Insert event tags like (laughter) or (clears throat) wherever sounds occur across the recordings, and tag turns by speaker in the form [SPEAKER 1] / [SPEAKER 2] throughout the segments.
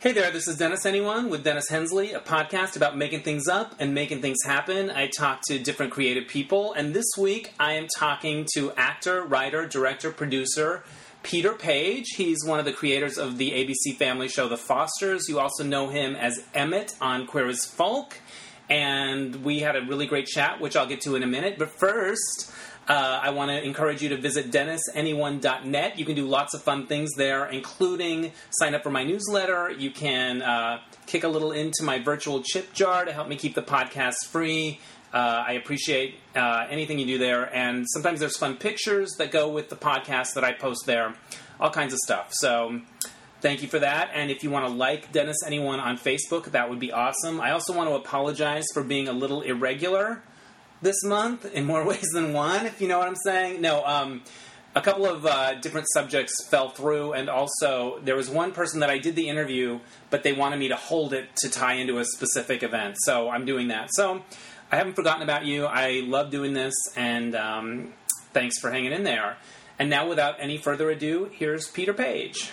[SPEAKER 1] Hey there, this is Dennis Anyone with Dennis Hensley, a podcast about making things up and making things happen. I talk to different creative people, and this week I am talking to actor, writer, director, producer Peter Page. He's one of the creators of the ABC family show The Fosters. You also know him as Emmett on Queer as Folk, and we had a really great chat, which I'll get to in a minute. But first, uh, I want to encourage you to visit DennisAnyone.net. You can do lots of fun things there, including sign up for my newsletter. You can uh, kick a little into my virtual chip jar to help me keep the podcast free. Uh, I appreciate uh, anything you do there, and sometimes there's fun pictures that go with the podcast that I post there, all kinds of stuff. So Thank you for that. And if you want to like Dennis Anyone on Facebook, that would be awesome. I also want to apologize for being a little irregular this month in more (laughs) ways than one, if you know what I'm saying. No, um, a couple of uh, different subjects fell through, and also there was one person that I did the interview, but they wanted me to hold it to tie into a specific event. So I'm doing that. So I haven't forgotten about you. I love doing this, and um, thanks for hanging in there. And now, without any further ado, here's Peter Page.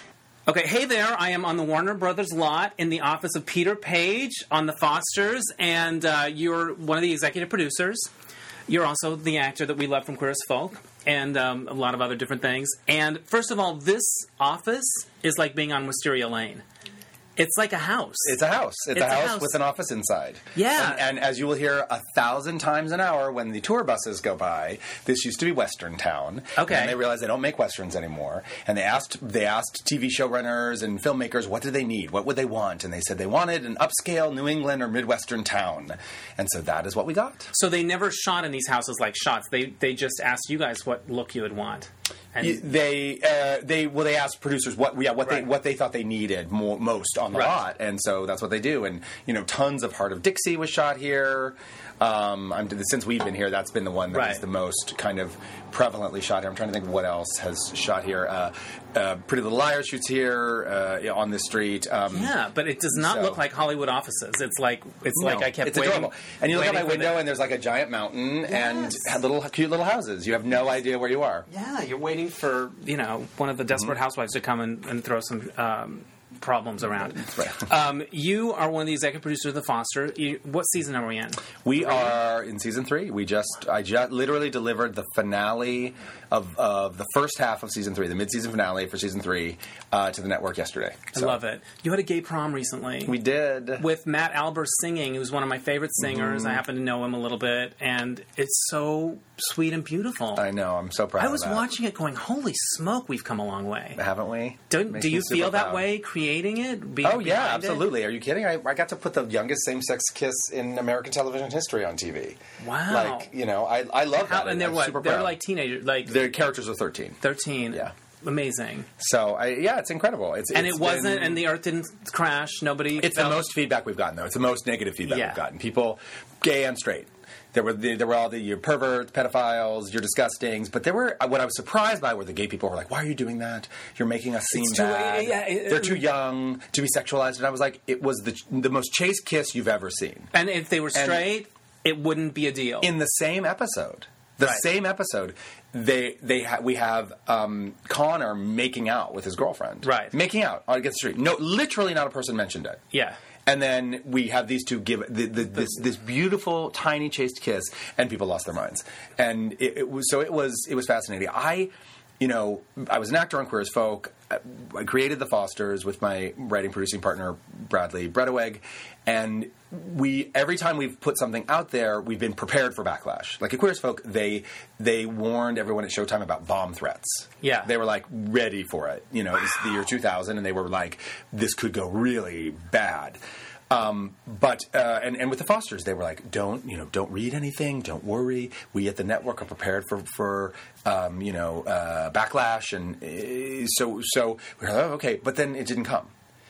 [SPEAKER 1] Okay, hey there. I am on the Warner Brothers lot in the office of Peter Page on The Fosters, and uh, you're one of the executive producers. You're also the actor that we love from Queer as Folk and um, a lot of other different things. And first of all, this office is like being on Wisteria Lane. It's like a house.
[SPEAKER 2] It's a house. It's,
[SPEAKER 1] It's
[SPEAKER 2] a,
[SPEAKER 1] a
[SPEAKER 2] house
[SPEAKER 1] house.
[SPEAKER 2] with an office inside.
[SPEAKER 1] Yeah.
[SPEAKER 2] And, and as you will hear a thousand times an hour when the tour buses go by, this used to be Western Town.
[SPEAKER 1] Okay.
[SPEAKER 2] And they realized they don't make westerns anymore. And they asked they asked TV showrunners and filmmakers what did they need, what would they want, and they said they wanted an upscale New England or Midwestern town. And so that is what we got.
[SPEAKER 1] so they never shot in these houses like shots. They they just asked you guys what look you would want. And
[SPEAKER 2] Y- They uh, they well they asked producers what yeah what they
[SPEAKER 1] Right.
[SPEAKER 2] what they thought they needed more, most on the
[SPEAKER 1] Right.
[SPEAKER 2] lot, and so that's what they do. And you know, tons of Heart of Dixie was shot here. Um, I'm, since we've been here, that's been the one that's
[SPEAKER 1] Right.
[SPEAKER 2] the most kind of prevalently shot here. I'm trying to think of what else has shot here. Uh, uh, Pretty Little Liars shoots here uh, yeah, on this street. Um,
[SPEAKER 1] yeah, but it does not
[SPEAKER 2] So-
[SPEAKER 1] look like Hollywood offices. It's like it's like
[SPEAKER 2] no,
[SPEAKER 1] I kept
[SPEAKER 2] it's
[SPEAKER 1] waiting.
[SPEAKER 2] adorable. And you look out my
[SPEAKER 1] waiting for the-
[SPEAKER 2] window, and there's like a giant mountain
[SPEAKER 1] Yes.
[SPEAKER 2] and little cute little houses. You have no idea where you are.
[SPEAKER 1] Yeah, you're waiting for you know one of the desperate
[SPEAKER 2] Mm-hmm.
[SPEAKER 1] housewives to come and, and throw some um, problems around.
[SPEAKER 2] right.
[SPEAKER 1] Um, you are one of the executive producers of The Foster. You, what season are we in?
[SPEAKER 2] We are in season three. We just I just literally delivered the finale of, of the first half of season three, the mid season finale for season three, uh, to the network yesterday.
[SPEAKER 1] I love it. You had a gay prom recently.
[SPEAKER 2] We did.
[SPEAKER 1] with Matt Albers singing, who's one of my favorite singers.
[SPEAKER 2] Mm-hmm.
[SPEAKER 1] I happen to know him a little bit, and it's so sweet and beautiful.
[SPEAKER 2] I know. I'm so proud.
[SPEAKER 1] I
[SPEAKER 2] of
[SPEAKER 1] was
[SPEAKER 2] that.
[SPEAKER 1] watching it going, holy smoke, we've come a long way.
[SPEAKER 2] haven't we?
[SPEAKER 1] Do,
[SPEAKER 2] Makes
[SPEAKER 1] do
[SPEAKER 2] me
[SPEAKER 1] you
[SPEAKER 2] super
[SPEAKER 1] feel that
[SPEAKER 2] proud.
[SPEAKER 1] way creating it? Being
[SPEAKER 2] Oh yeah,
[SPEAKER 1] behind it?
[SPEAKER 2] absolutely. Are you kidding? I, I got to put the youngest same sex kiss in American television history on TV.
[SPEAKER 1] Wow.
[SPEAKER 2] Like you know, I I love
[SPEAKER 1] How,
[SPEAKER 2] that.
[SPEAKER 1] and they're
[SPEAKER 2] I'm
[SPEAKER 1] what?
[SPEAKER 2] Super
[SPEAKER 1] They're
[SPEAKER 2] proud.
[SPEAKER 1] like teenagers, like
[SPEAKER 2] their characters are 13.
[SPEAKER 1] 13.
[SPEAKER 2] Yeah.
[SPEAKER 1] Amazing.
[SPEAKER 2] So I, yeah, it's incredible. It's
[SPEAKER 1] And
[SPEAKER 2] it's
[SPEAKER 1] it wasn't,
[SPEAKER 2] been-
[SPEAKER 1] and the earth didn't crash. Nobody.
[SPEAKER 2] It's the most feedback we've gotten, though. It's the most negative feedback
[SPEAKER 1] Yeah.
[SPEAKER 2] we've gotten. People, gay and straight. There were the, there were all the you're perverts, pedophiles, you're disgustings. But there were uh, what I was surprised by were the gay people were like, "Why are you doing that? You're making us seem
[SPEAKER 1] It's too-
[SPEAKER 2] bad.
[SPEAKER 1] yeah, it-
[SPEAKER 2] They're too young to be sexualized." And I was like, "It was the the most chase kiss you've ever seen
[SPEAKER 1] And if they were straight, it wouldn't be a deal.
[SPEAKER 2] in the same episode." The
[SPEAKER 1] Right.
[SPEAKER 2] same episode, they they ha- we have um, Connor making out with his girlfriend,
[SPEAKER 1] Right.
[SPEAKER 2] Making out on against the street. No, literally, not a person mentioned it.
[SPEAKER 1] yeah.
[SPEAKER 2] And then we have these two give the, the, this this beautiful tiny chaste kiss, and people lost their minds. And it, it was so it was it was fascinating. I, you know, I was an actor on Queer as Folk. I, I created the Fosters with my writing producing partner Bradley Bredeweg, and we every time we've put something out there, we've been prepared for backlash. Like at Queer as Folk, they they warned everyone at Showtime about bomb threats.
[SPEAKER 1] Yeah.
[SPEAKER 2] they were like ready for it. You know, it was the year 2000, and they were like, this could go really bad. Um, but uh, and and with the Fosters, they were like, don't you know, don't read anything, don't worry. We at the network are prepared for for um, you know uh, backlash, and uh, so so we were like, oh, okay. But then it didn't come.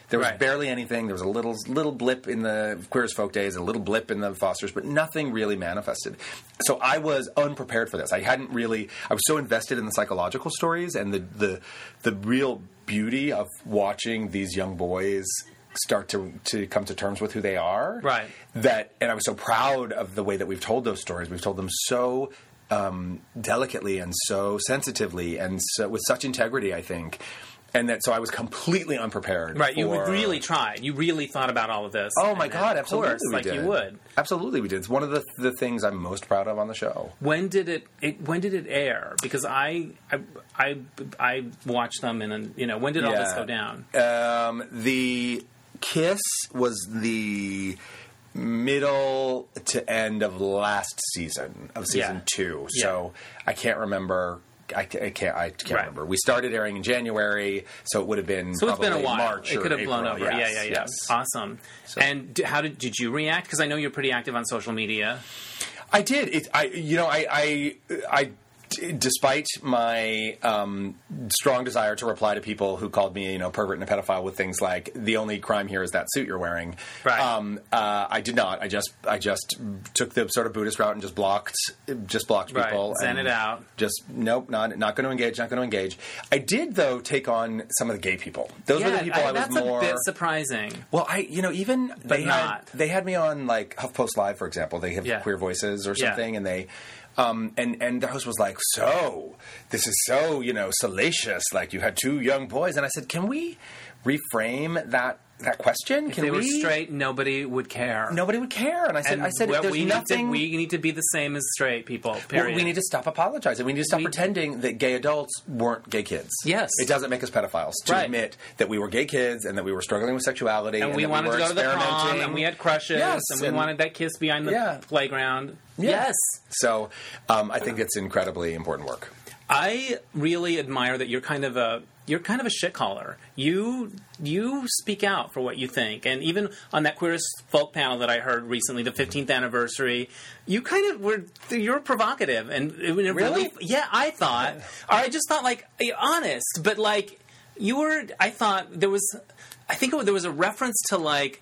[SPEAKER 2] There was
[SPEAKER 1] Right.
[SPEAKER 2] barely anything. There was a little little blip in the Queer as Folk days, a little blip in the Fosters, but nothing really manifested. So I was unprepared for this. I hadn't really. I was so invested in the psychological stories and the the the real beauty of watching these young boys start to to come to terms with who they are.
[SPEAKER 1] Right.
[SPEAKER 2] That and I was so proud of the way that we've told those stories. We've told them so um, delicately and so sensitively and so with such integrity. I think. and that so I was completely unprepared.
[SPEAKER 1] Right, you
[SPEAKER 2] for-
[SPEAKER 1] really tried. You really thought about all of this.
[SPEAKER 2] Oh my
[SPEAKER 1] And
[SPEAKER 2] god!
[SPEAKER 1] Of
[SPEAKER 2] Absolutely,
[SPEAKER 1] course,
[SPEAKER 2] we
[SPEAKER 1] like
[SPEAKER 2] did.
[SPEAKER 1] you would.
[SPEAKER 2] Absolutely, we did. It's one of the the things I'm most proud of on the show.
[SPEAKER 1] When did it, it? When did it air? Because I, I, I, I watched them, and you know, when did all this
[SPEAKER 2] Yeah.
[SPEAKER 1] go down?
[SPEAKER 2] Um, the kiss was the middle to end of last season of season
[SPEAKER 1] Yeah.
[SPEAKER 2] two. So I can't remember. I, ca- I can't. I can't
[SPEAKER 1] Right.
[SPEAKER 2] remember. We started airing in January, so it would have been.
[SPEAKER 1] So it's been a
[SPEAKER 2] probably
[SPEAKER 1] while.
[SPEAKER 2] March
[SPEAKER 1] it
[SPEAKER 2] or
[SPEAKER 1] could have blown over.
[SPEAKER 2] April. Yes,
[SPEAKER 1] yeah, yeah, yeah.
[SPEAKER 2] yes.
[SPEAKER 1] Awesome. And d- how did did you react? Because I know you're pretty active on social media.
[SPEAKER 2] I did. It, I, you know, I, I, I d- despite my um, strong desire to reply to people who called me, you know, pervert and a pedophile with things like "the only crime here is that suit you're wearing."
[SPEAKER 1] Right.
[SPEAKER 2] Um, uh, I did not. I just, I just took the sort of Buddhist route and just blocked, just blocked
[SPEAKER 1] Right.
[SPEAKER 2] people.
[SPEAKER 1] Zen
[SPEAKER 2] and
[SPEAKER 1] it out.
[SPEAKER 2] Just nope, not not going to engage. Not going to engage. I did though take on some of the gay people. Those were the people I, was
[SPEAKER 1] that's
[SPEAKER 2] more.
[SPEAKER 1] a bit surprising.
[SPEAKER 2] Well, I you know even they
[SPEAKER 1] not.
[SPEAKER 2] had they had me on like HuffPost Live for example. They have
[SPEAKER 1] Yeah.
[SPEAKER 2] queer voices or
[SPEAKER 1] Yeah.
[SPEAKER 2] something, and they um, and and the host was like, "So this is so you know salacious. Like you had two young boys," and I said, "Can we reframe that that question? Can
[SPEAKER 1] They
[SPEAKER 2] we
[SPEAKER 1] were straight. Nobody would care.
[SPEAKER 2] Nobody would care." And I said,
[SPEAKER 1] And
[SPEAKER 2] "I said
[SPEAKER 1] what
[SPEAKER 2] there's
[SPEAKER 1] we
[SPEAKER 2] nothing."
[SPEAKER 1] Need to, we need to be the same as straight people. Period.
[SPEAKER 2] We need to stop apologizing. We need to stop
[SPEAKER 1] We-
[SPEAKER 2] pretending that gay adults weren't gay kids.
[SPEAKER 1] Yes.
[SPEAKER 2] it doesn't make us pedophiles to
[SPEAKER 1] Right.
[SPEAKER 2] admit that we were gay kids and that we were struggling with sexuality
[SPEAKER 1] and we
[SPEAKER 2] that
[SPEAKER 1] wanted
[SPEAKER 2] were
[SPEAKER 1] to go to the prom,
[SPEAKER 2] experimenting.
[SPEAKER 1] and we had crushes,
[SPEAKER 2] Yes,
[SPEAKER 1] and we
[SPEAKER 2] and-
[SPEAKER 1] wanted that kiss behind the
[SPEAKER 2] Yeah.
[SPEAKER 1] playground.
[SPEAKER 2] Yeah.
[SPEAKER 1] Yes.
[SPEAKER 2] So um, I think it's incredibly important work.
[SPEAKER 1] I really admire that you're kind of a you're kind of a shit caller. You you speak out for what you think, and even on that queerest folk panel that I heard recently, the 15th anniversary, you kind of were you're provocative, and it, it really,
[SPEAKER 2] Really?
[SPEAKER 1] yeah, I thought, or I just thought like eh, honest, but like you were, I thought there was, I think it, there was a reference to like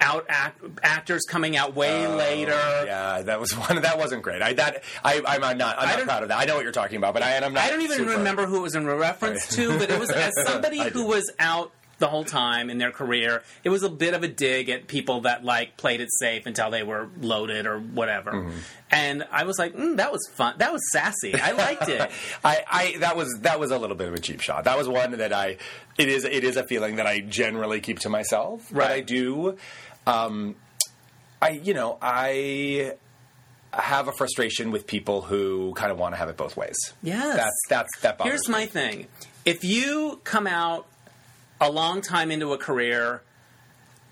[SPEAKER 1] out act, actors coming out way later.
[SPEAKER 2] Yeah, that was (laughs) one. That wasn't great. I that I I'm not I'm not
[SPEAKER 1] don't-
[SPEAKER 2] proud of that. I know what you're talking about, but I and I'm not.
[SPEAKER 1] I don't even
[SPEAKER 2] super-
[SPEAKER 1] remember who it was in reference
[SPEAKER 2] Sorry.
[SPEAKER 1] to, but it was as somebody
[SPEAKER 2] (laughs) I
[SPEAKER 1] who
[SPEAKER 2] do.
[SPEAKER 1] was out the whole time in their career. It was a bit of a dig at people that like played it safe until they were loaded or whatever.
[SPEAKER 2] Mm-hmm.
[SPEAKER 1] And I was like, mm, that was fun. That was sassy. I liked it.
[SPEAKER 2] (laughs) I, I that was that was a little bit of a cheap shot. That was one that I it is it is a feeling that I generally keep to myself. But
[SPEAKER 1] Right.
[SPEAKER 2] I do um I you know, I have a frustration with people who kind of want to have it both ways.
[SPEAKER 1] Yes.
[SPEAKER 2] That's that's that bothers
[SPEAKER 1] Here's my thing. If you come out a long time into a career,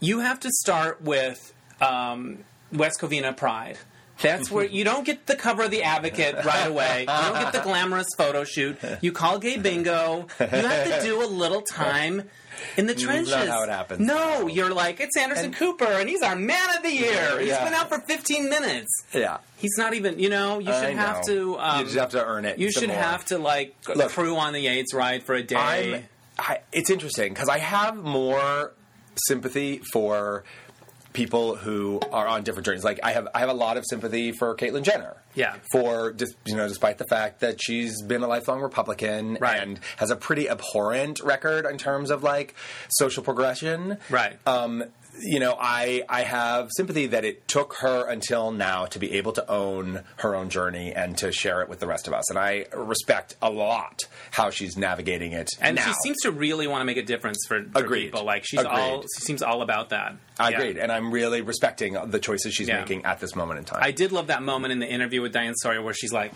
[SPEAKER 1] you have to start with um, West Covina Pride. That's
[SPEAKER 2] (laughs)
[SPEAKER 1] where you don't get the cover of the Advocate right away. You don't get the glamorous photo shoot. You call gay bingo. You have to do a little time in the trenches.
[SPEAKER 2] how it happens.
[SPEAKER 1] No, you're like it's Anderson Cooper, and he's our man of the year. He's
[SPEAKER 2] Yeah.
[SPEAKER 1] been out for 15 minutes.
[SPEAKER 2] Yeah.
[SPEAKER 1] He's not even. You know, you should
[SPEAKER 2] I
[SPEAKER 1] have
[SPEAKER 2] know.
[SPEAKER 1] to. Um,
[SPEAKER 2] you just have to earn it.
[SPEAKER 1] you
[SPEAKER 2] some
[SPEAKER 1] should
[SPEAKER 2] more.
[SPEAKER 1] have to like
[SPEAKER 2] Look,
[SPEAKER 1] crew on the Yates ride for a day.
[SPEAKER 2] I'm. I, it's interesting because I have more sympathy for people who are on different journeys. Like I have, I have a lot of sympathy for Caitlyn Jenner.
[SPEAKER 1] Yeah.
[SPEAKER 2] For just you know, despite the fact that she's been a lifelong Republican
[SPEAKER 1] Right.
[SPEAKER 2] and has a pretty abhorrent record in terms of like social progression.
[SPEAKER 1] Right.
[SPEAKER 2] Um, you know, I I have sympathy that it took her until now to be able to own her own journey and to share it with the rest of us, and I respect a lot how she's navigating it.
[SPEAKER 1] and
[SPEAKER 2] now.
[SPEAKER 1] she seems to really want to make a difference for, for
[SPEAKER 2] Agreed.
[SPEAKER 1] people. Like she's
[SPEAKER 2] Agreed.
[SPEAKER 1] all she seems all about that.
[SPEAKER 2] I
[SPEAKER 1] Yeah.
[SPEAKER 2] agreed, Uh, and I'm really respecting the choices she's
[SPEAKER 1] Yeah.
[SPEAKER 2] making at this moment in time.
[SPEAKER 1] I did love that moment in the interview with Diane Sawyer where she's like,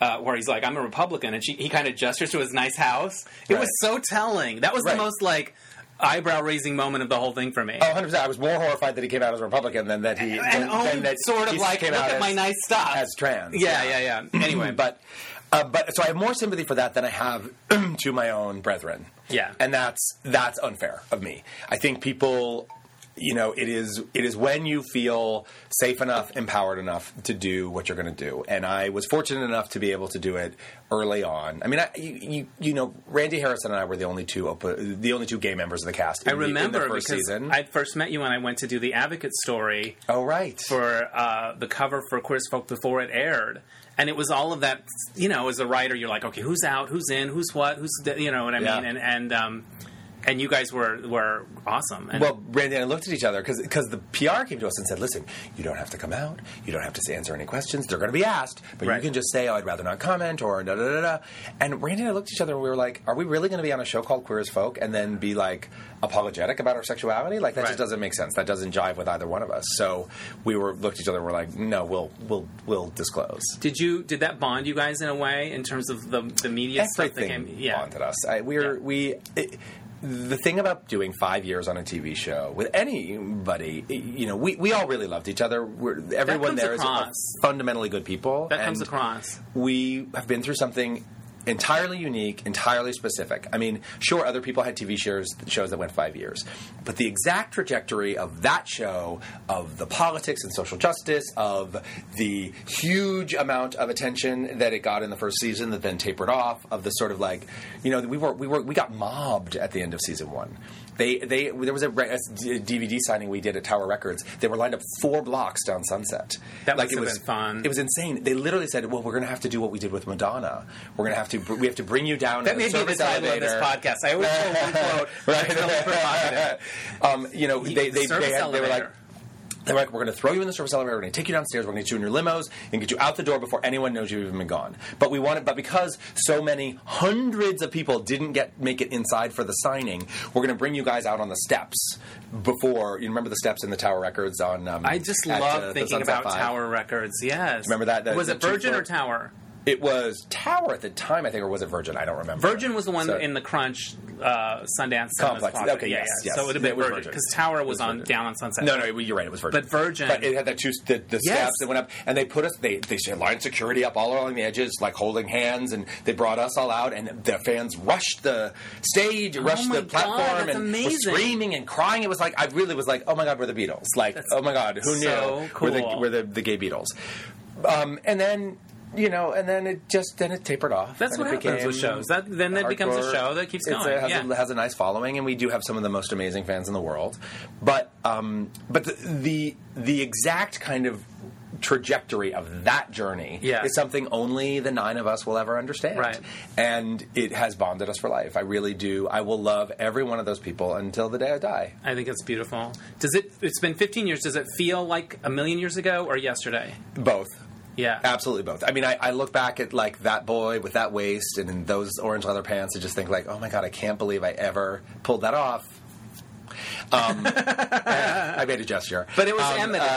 [SPEAKER 1] uh, where he's like, I'm a Republican, and she, he kind of gestures to his nice house. It was so telling. That was
[SPEAKER 2] Right.
[SPEAKER 1] the most like eyebrow raising moment of the whole thing for me.
[SPEAKER 2] Oh, 100%. I was more horrified that he came out as a Republican than that he
[SPEAKER 1] and
[SPEAKER 2] than, than
[SPEAKER 1] owned
[SPEAKER 2] that
[SPEAKER 1] sort of
[SPEAKER 2] he
[SPEAKER 1] like,
[SPEAKER 2] came
[SPEAKER 1] look
[SPEAKER 2] out
[SPEAKER 1] at
[SPEAKER 2] as,
[SPEAKER 1] my nice stuff.
[SPEAKER 2] as trans.
[SPEAKER 1] yeah, yeah, yeah. Anyway, but
[SPEAKER 2] (clears throat) but uh, but so I have more sympathy for that than I have (clears throat) to my own brethren.
[SPEAKER 1] Yeah.
[SPEAKER 2] and that's that's unfair of me. I think people, you know, it is it is when you feel safe enough, empowered enough to do what you're going to do. And I was fortunate enough to be able to do it early on. I mean, I, you, you you know, Randy Harrison and I were the only two open, the only two gay members of the cast. In
[SPEAKER 1] I remember
[SPEAKER 2] the, in the first
[SPEAKER 1] because
[SPEAKER 2] season.
[SPEAKER 1] I first met you when I went to do the Advocate story.
[SPEAKER 2] oh right.
[SPEAKER 1] for uh, the cover for Queer's Folk before it aired. And it was all of that, you know, as a writer, you're like, okay, who's out, who's in, who's what, who's, the, you know what I
[SPEAKER 2] Yeah.
[SPEAKER 1] mean? And, and um, and you guys were were awesome. And
[SPEAKER 2] Well, Brandy and I looked at each other because the PR came to us and said, "Listen, you don't have to come out. You don't have to answer any questions. They're going to be asked, but
[SPEAKER 1] Right.
[SPEAKER 2] you can just say, oh, I'd rather not comment.'" Or da da da da. And Brandy and I looked at each other and we were like, "Are we really going to be on a show called Queer as Folk and then be like apologetic about our sexuality? Like that
[SPEAKER 1] Right.
[SPEAKER 2] just doesn't make sense. That doesn't jive with either one of us." So we were looked at each other and we're like, "No, we'll we'll we'll disclose."
[SPEAKER 1] did you did that bond you guys in a way in terms of the the media stuff that
[SPEAKER 2] everything
[SPEAKER 1] came? Yeah,
[SPEAKER 2] wanted us. I, we were
[SPEAKER 1] Yeah.
[SPEAKER 2] we. It, the thing about doing five years on a TV show with anybody, you know, we, we all really loved each other. We're, everyone
[SPEAKER 1] comes
[SPEAKER 2] there is
[SPEAKER 1] across.
[SPEAKER 2] fundamentally good people.
[SPEAKER 1] that comes
[SPEAKER 2] and
[SPEAKER 1] across.
[SPEAKER 2] We have been through something entirely unique, entirely specific. I mean, sure, other people had TV shows shows that went five years, but the exact trajectory of that show, of the politics and social justice, of the huge amount of attention that it got in the first season, that then tapered off, of the sort of like, you know, we were we were we got mobbed at the end of season one. They, they, there was a, re- a DVD signing we did at Tower Records. They were lined up four blocks down Sunset.
[SPEAKER 1] That
[SPEAKER 2] like
[SPEAKER 1] must
[SPEAKER 2] it
[SPEAKER 1] have
[SPEAKER 2] was
[SPEAKER 1] been fun.
[SPEAKER 2] It was insane. They literally said, "Well, we're going to have to do what we did with Madonna. We're going to have to we have to bring you down."
[SPEAKER 1] That
[SPEAKER 2] in a
[SPEAKER 1] may be the
[SPEAKER 2] service
[SPEAKER 1] title of
[SPEAKER 2] elevator."
[SPEAKER 1] this
[SPEAKER 2] (laughs)
[SPEAKER 1] podcast. I always quote one quote.
[SPEAKER 2] Right.
[SPEAKER 1] It's really provocative.
[SPEAKER 2] (laughs) um, you know, they they,
[SPEAKER 1] Service
[SPEAKER 2] they, had, they were like.
[SPEAKER 1] elevator.
[SPEAKER 2] They were like, we're going to throw you in the service elevator. We're going to take you downstairs. We're going to get you in your limos and get you out the door before anyone knows you've even been gone. But we wanted, but because so many hundreds of people didn't get make it inside for the signing, we're going to bring you guys out on the steps before. You remember the steps in the Tower Records on? Um,
[SPEAKER 1] I just
[SPEAKER 2] at,
[SPEAKER 1] love
[SPEAKER 2] uh, the
[SPEAKER 1] thinking
[SPEAKER 2] Sunset
[SPEAKER 1] about
[SPEAKER 2] Five?
[SPEAKER 1] Tower Records. Yes,
[SPEAKER 2] Remember that- that-
[SPEAKER 1] was
[SPEAKER 2] the
[SPEAKER 1] it Virgin
[SPEAKER 2] two-
[SPEAKER 1] or Tower?
[SPEAKER 2] It was Tower at the time, I think, or was it Virgin? I don't remember.
[SPEAKER 1] Virgin was the one
[SPEAKER 2] So-
[SPEAKER 1] in the Crunch uh, Sundance Cinemas
[SPEAKER 2] Complex.
[SPEAKER 1] project.
[SPEAKER 2] Okay,
[SPEAKER 1] yeah,
[SPEAKER 2] yes,
[SPEAKER 1] yeah.
[SPEAKER 2] yes.
[SPEAKER 1] So it would have
[SPEAKER 2] Yeah,
[SPEAKER 1] been
[SPEAKER 2] it was
[SPEAKER 1] Virgin
[SPEAKER 2] Virgin.
[SPEAKER 1] because Tower was,
[SPEAKER 2] was
[SPEAKER 1] on
[SPEAKER 2] Virgin.
[SPEAKER 1] down on Sunset.
[SPEAKER 2] No, no, you're right. It was Virgin.
[SPEAKER 1] But Virgin-
[SPEAKER 2] But it had that two the, the
[SPEAKER 1] Yes.
[SPEAKER 2] steps that went up, and they put us. They they had line security up all along the edges, like holding hands, and they brought us all out. And the fans rushed the stage, rushed
[SPEAKER 1] Oh my
[SPEAKER 2] the
[SPEAKER 1] God,
[SPEAKER 2] platform,
[SPEAKER 1] that's
[SPEAKER 2] and
[SPEAKER 1] amazing.
[SPEAKER 2] were screaming and crying. It was like I really was like, oh my God, we're the Beatles. Like, oh my God, who
[SPEAKER 1] so
[SPEAKER 2] knew
[SPEAKER 1] cool.
[SPEAKER 2] we're the we're the, the gay Beatles. Um, and then. You know, and then it just then it tapered off.
[SPEAKER 1] That's
[SPEAKER 2] and
[SPEAKER 1] what
[SPEAKER 2] it
[SPEAKER 1] happens
[SPEAKER 2] became
[SPEAKER 1] with shows. That- then it becomes a
[SPEAKER 2] hardcore.
[SPEAKER 1] show that keeps
[SPEAKER 2] It's a-
[SPEAKER 1] going,
[SPEAKER 2] has,
[SPEAKER 1] yeah.
[SPEAKER 2] a, has a nice following, and we do have some of the most amazing fans in the world. But um, but the, the the exact kind of trajectory of that journey
[SPEAKER 1] Yeah.
[SPEAKER 2] is something only the nine of us will ever understand.
[SPEAKER 1] Right.
[SPEAKER 2] And it has bonded us for life. I really do. I will love every one of those people until the day I die.
[SPEAKER 1] I think it's beautiful. Does it? It's been 15 years. Does it feel like a million years ago or yesterday?
[SPEAKER 2] Both.
[SPEAKER 1] Yeah,
[SPEAKER 2] Absolutely both. I mean, I, I look back at like that boy with that waist and in those orange leather pants and just think like, oh my god, I can't believe I ever pulled that off. Um, (laughs) I made a gesture,
[SPEAKER 1] But it was
[SPEAKER 2] um,
[SPEAKER 1] Emmett-ish.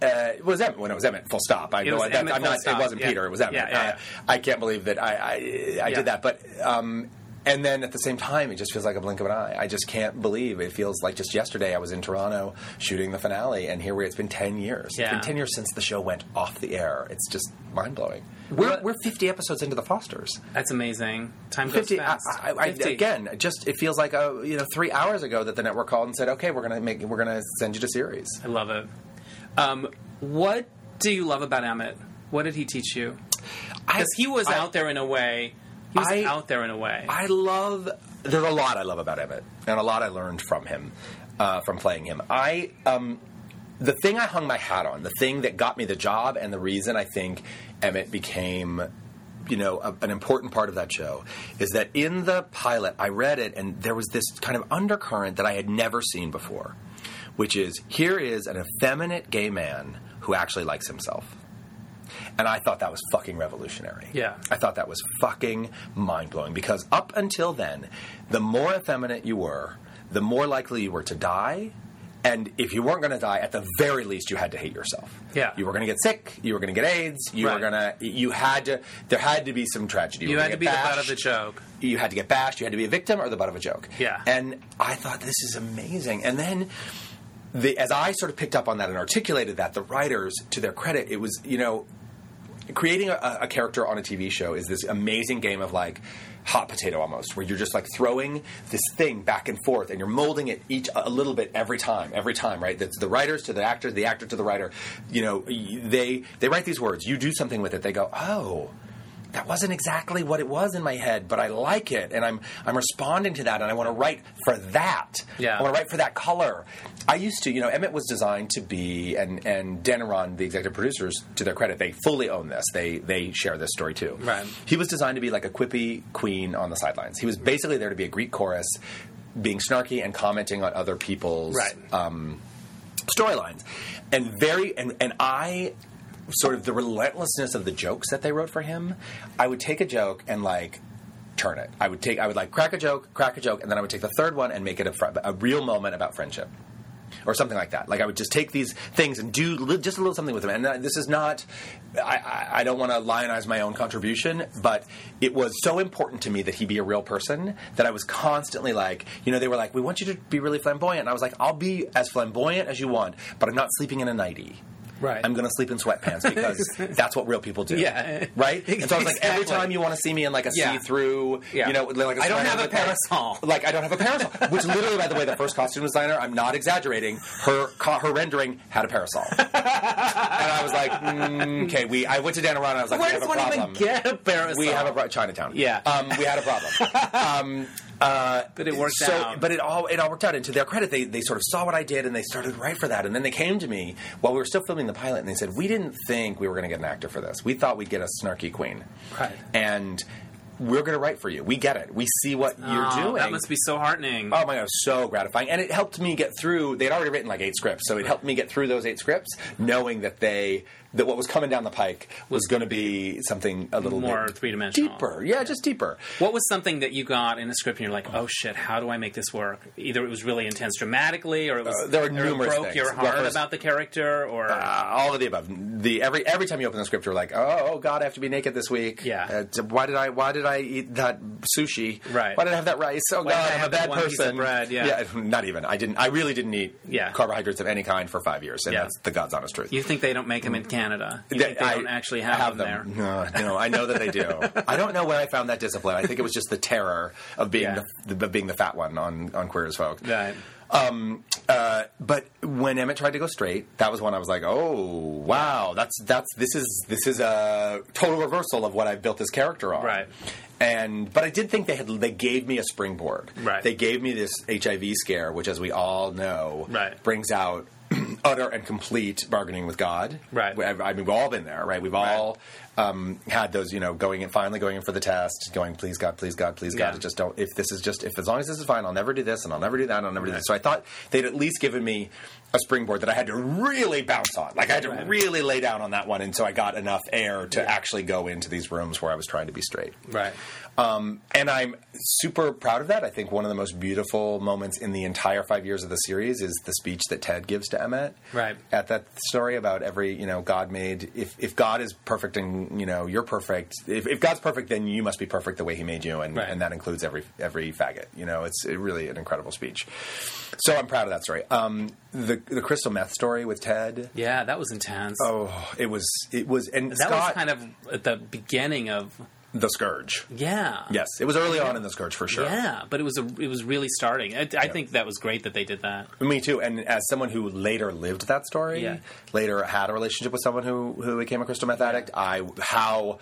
[SPEAKER 2] Uh, uh, it was Emmett when it was Emmett. Full stop. I
[SPEAKER 1] It
[SPEAKER 2] know
[SPEAKER 1] was
[SPEAKER 2] I, that,
[SPEAKER 1] Emmett,
[SPEAKER 2] I'm
[SPEAKER 1] full
[SPEAKER 2] not.
[SPEAKER 1] stop.
[SPEAKER 2] It wasn't
[SPEAKER 1] Yeah.
[SPEAKER 2] Peter. It was Emmett.
[SPEAKER 1] Yeah, yeah, yeah.
[SPEAKER 2] Uh, I can't believe that I I, I
[SPEAKER 1] Yeah.
[SPEAKER 2] did that. But um, and then at the same time, it just feels like a blink of an eye. I just can't believe it feels like just yesterday I was in Toronto shooting the finale, and here we. It's been ten years. It's
[SPEAKER 1] Yeah.
[SPEAKER 2] been ten years since the show went off the air. It's just mind blowing. We're, we're 50 episodes into the Fosters.
[SPEAKER 1] that's amazing. Time goes
[SPEAKER 2] 50, I,
[SPEAKER 1] fast.
[SPEAKER 2] I, I,
[SPEAKER 1] 50.
[SPEAKER 2] again, just it feels like a, you know three hours ago that the network called and said, okay, we're gonna make we're gonna send you to series.
[SPEAKER 1] I love it. Um, what do you love about Emmett? What did he teach you? Because he was
[SPEAKER 2] I-
[SPEAKER 1] out there in a way. He was
[SPEAKER 2] I-
[SPEAKER 1] out there in a way.
[SPEAKER 2] I love. There's a lot I love about Emmett, and a lot I learned from him, uh, from playing him. I, um, the thing I hung my hat on, the thing that got me the job, and the reason I think Emmett became, you know, a, an important part of that show, is that in the pilot I read it, and there was this kind of undercurrent that I had never seen before, which is here is an effeminate gay man who actually likes himself. And I thought that was fucking revolutionary.
[SPEAKER 1] Yeah.
[SPEAKER 2] I thought that was fucking mind blowing because up until then, the more effeminate you were, the more likely you were to die. And if you weren't going to die, at the very least, you had to hate yourself.
[SPEAKER 1] Yeah.
[SPEAKER 2] You were going to get sick. You were going to get AIDS. You
[SPEAKER 1] Right.
[SPEAKER 2] were going to, you had to, there had to be some tragedy.
[SPEAKER 1] you
[SPEAKER 2] were
[SPEAKER 1] had to
[SPEAKER 2] gonna
[SPEAKER 1] be
[SPEAKER 2] get
[SPEAKER 1] the butt of the
[SPEAKER 2] bashed
[SPEAKER 1] joke.
[SPEAKER 2] you had to get bashed, you had to be a victim or the butt of a joke.
[SPEAKER 1] Yeah.
[SPEAKER 2] And I thought this is amazing. And then the, as I sort of picked up on that and articulated that, the writers, to their credit, it was, you know, creating a, a character on a TV show is this amazing game of like hot potato almost, where you're just like throwing this thing back and forth, and you're molding it each a little bit every time, every time, right? That's the writers to the actor, the actor to the writer. You know, y- they they write these words, you do something with it, they go, oh. That wasn't exactly what it was in my head, but I like it, and I'm I'm responding to that, and I want to write for that.
[SPEAKER 1] Yeah.
[SPEAKER 2] I want to write for that color. I used to, you know, Emmett was designed to be, and and Deneron, the executive producers, to their credit, they fully own this. They they share this story too.
[SPEAKER 1] Right.
[SPEAKER 2] He was designed to be like a quippy queen on the sidelines. He was basically there to be a Greek chorus being snarky and commenting on other people's
[SPEAKER 3] Right.
[SPEAKER 2] um, storylines, and very and and I sort of the relentlessness of the jokes that they wrote for him. I would take a joke and like turn it. I would take I would like crack a joke, crack a joke, and then I would take the third one and make it a, fr- a real moment about friendship. Or something like that. Like I would just take these things and do li- just a little something with them. And uh, this is not. I, I, I don't want to lionize my own contribution, but it was so important to me that he be a real person that I was constantly like, you know, they were like, "We want you to be really flamboyant," and I was like, "I'll be as flamboyant as you want, but I'm not sleeping in a nightie."
[SPEAKER 3] Right.
[SPEAKER 2] I'm going to sleep in
[SPEAKER 1] (laughs)
[SPEAKER 2] sweatpants because that's what real people do.
[SPEAKER 3] Yeah.
[SPEAKER 2] Right? And so I was like, every
[SPEAKER 3] Exactly.
[SPEAKER 2] time you want to see me in like a
[SPEAKER 3] Yeah.
[SPEAKER 2] see-through,
[SPEAKER 3] Yeah.
[SPEAKER 2] you know, like a
[SPEAKER 1] I don't
[SPEAKER 2] sweater
[SPEAKER 1] have a
[SPEAKER 2] with, like-
[SPEAKER 1] parasol.
[SPEAKER 2] (laughs) Like, I don't have a parasol. Which literally, by the way, the first costume designer, I'm not exaggerating, her co- her rendering had
[SPEAKER 1] (laughs)
[SPEAKER 2] a parasol. and I was like, mm, okay, we, I went to Dan Aron and I was like,
[SPEAKER 1] Where
[SPEAKER 2] we have
[SPEAKER 1] does
[SPEAKER 2] a
[SPEAKER 1] one
[SPEAKER 2] problem.
[SPEAKER 1] even get a parasol?
[SPEAKER 2] we have a pro- Chinatown.
[SPEAKER 1] Yeah.
[SPEAKER 2] Um, we had a problem. um, uh,
[SPEAKER 1] But it worked
[SPEAKER 2] so,
[SPEAKER 1] out.
[SPEAKER 2] But it all it all worked out. And to their credit, they, they sort of saw what I did and they started right for that. And then they came to me while we were still filming the pilot and they said, "We didn't think we were going to get an actor for this. We thought we'd get a snarky queen."
[SPEAKER 3] Right.
[SPEAKER 2] And we're going to write for you. We get it. We see what you're
[SPEAKER 1] Oh,
[SPEAKER 2] doing.
[SPEAKER 1] That must be so heartening.
[SPEAKER 2] Oh my god, it was so gratifying. And it helped me get through they'd already written like eight scripts, so it helped me get through those eight scripts, knowing that they that what was coming down the pike was gonna be something a little
[SPEAKER 1] More
[SPEAKER 2] bit
[SPEAKER 1] three-dimensional.
[SPEAKER 2] Deeper. Yeah, just deeper.
[SPEAKER 1] What was something that you got in a script and you're like, oh shit, how do I make this work? Either it was really intense dramatically, or it was
[SPEAKER 2] Uh, there were
[SPEAKER 1] or it
[SPEAKER 2] numerous
[SPEAKER 1] broke
[SPEAKER 2] things.
[SPEAKER 1] your
[SPEAKER 2] Well,
[SPEAKER 1] heart
[SPEAKER 2] first-
[SPEAKER 1] about the character, or
[SPEAKER 2] Uh, all of the above. The every every time you open the script, you're like, oh, oh God, I have to be naked this week.
[SPEAKER 1] Yeah.
[SPEAKER 2] Uh, t- why did I Why did I eat that sushi?
[SPEAKER 1] Right.
[SPEAKER 2] Why did I have that rice? Oh
[SPEAKER 1] did I
[SPEAKER 2] God, I'm a
[SPEAKER 1] have that
[SPEAKER 2] bad
[SPEAKER 1] one piece of
[SPEAKER 2] person.
[SPEAKER 1] bread? Yeah.
[SPEAKER 2] (laughs) Not even. I didn't. I really didn't eat
[SPEAKER 1] Yeah.
[SPEAKER 2] carbohydrates of any kind for five years, and
[SPEAKER 1] Yeah.
[SPEAKER 2] that's the God's honest truth.
[SPEAKER 1] you think they don't make them in Canada? You
[SPEAKER 2] That
[SPEAKER 1] think they
[SPEAKER 2] I
[SPEAKER 1] don't actually have, them, there?
[SPEAKER 2] (laughs) No, no, I know that they do. I don't know where I found that discipline. I think it was just the terror of being
[SPEAKER 1] Yeah.
[SPEAKER 2] the, the of being the fat one on on Queer as Folk. (laughs)
[SPEAKER 1] Right.
[SPEAKER 2] Um, uh, but when Emmett tried to go straight, that was when I was like, "Oh, wow, that's that's this is this is a total reversal of what I built this character on."
[SPEAKER 1] Right.
[SPEAKER 2] And but I did think they had they gave me a springboard.
[SPEAKER 1] Right.
[SPEAKER 2] They gave me this HIV scare, which, as we all know,
[SPEAKER 1] Right.
[SPEAKER 2] brings out (clears throat) utter and complete bargaining with God.
[SPEAKER 1] Right.
[SPEAKER 2] I- I mean, we've all been there, right? We've all um, had those, you know, going and finally going in for the test, going, please God, please God, please God.
[SPEAKER 1] Yeah.
[SPEAKER 2] It just don't. If this is just, if as long as this is fine, I'll never do this, and I'll never do that, and I'll never do this. So I thought they'd at least given me a springboard that I had to really bounce on. Like I had to really lay down on that one, and so I got enough air to actually go into these rooms where I was trying to be straight.
[SPEAKER 1] Right.
[SPEAKER 2] Um, and I'm super proud of that. I think one of the most beautiful moments in the entire five years of the series is the speech that Ted gives to Emmett.
[SPEAKER 1] Right.
[SPEAKER 2] At that story about every, you know, God made, if, if God is perfect and, you know, you're perfect, if, if God's perfect, then you must be perfect the way he made you. And,
[SPEAKER 1] Right.
[SPEAKER 2] and that includes every, every faggot. You know, it's really an incredible speech. So I'm proud of that story. Um, the, the crystal meth story with Ted.
[SPEAKER 1] Yeah, that was intense.
[SPEAKER 2] Oh, it was, it was, and
[SPEAKER 1] that
[SPEAKER 2] Scott,
[SPEAKER 1] was kind of at the beginning of
[SPEAKER 2] the scourge.
[SPEAKER 1] yeah.
[SPEAKER 2] Yes, it was early on in the scourge for sure.
[SPEAKER 1] Yeah, but it was a, it was really starting. I, I think that was great that they did that.
[SPEAKER 2] Me too. And as someone who later lived that story,
[SPEAKER 1] Yeah.
[SPEAKER 2] later had a relationship with someone who who became a crystal meth addict, I how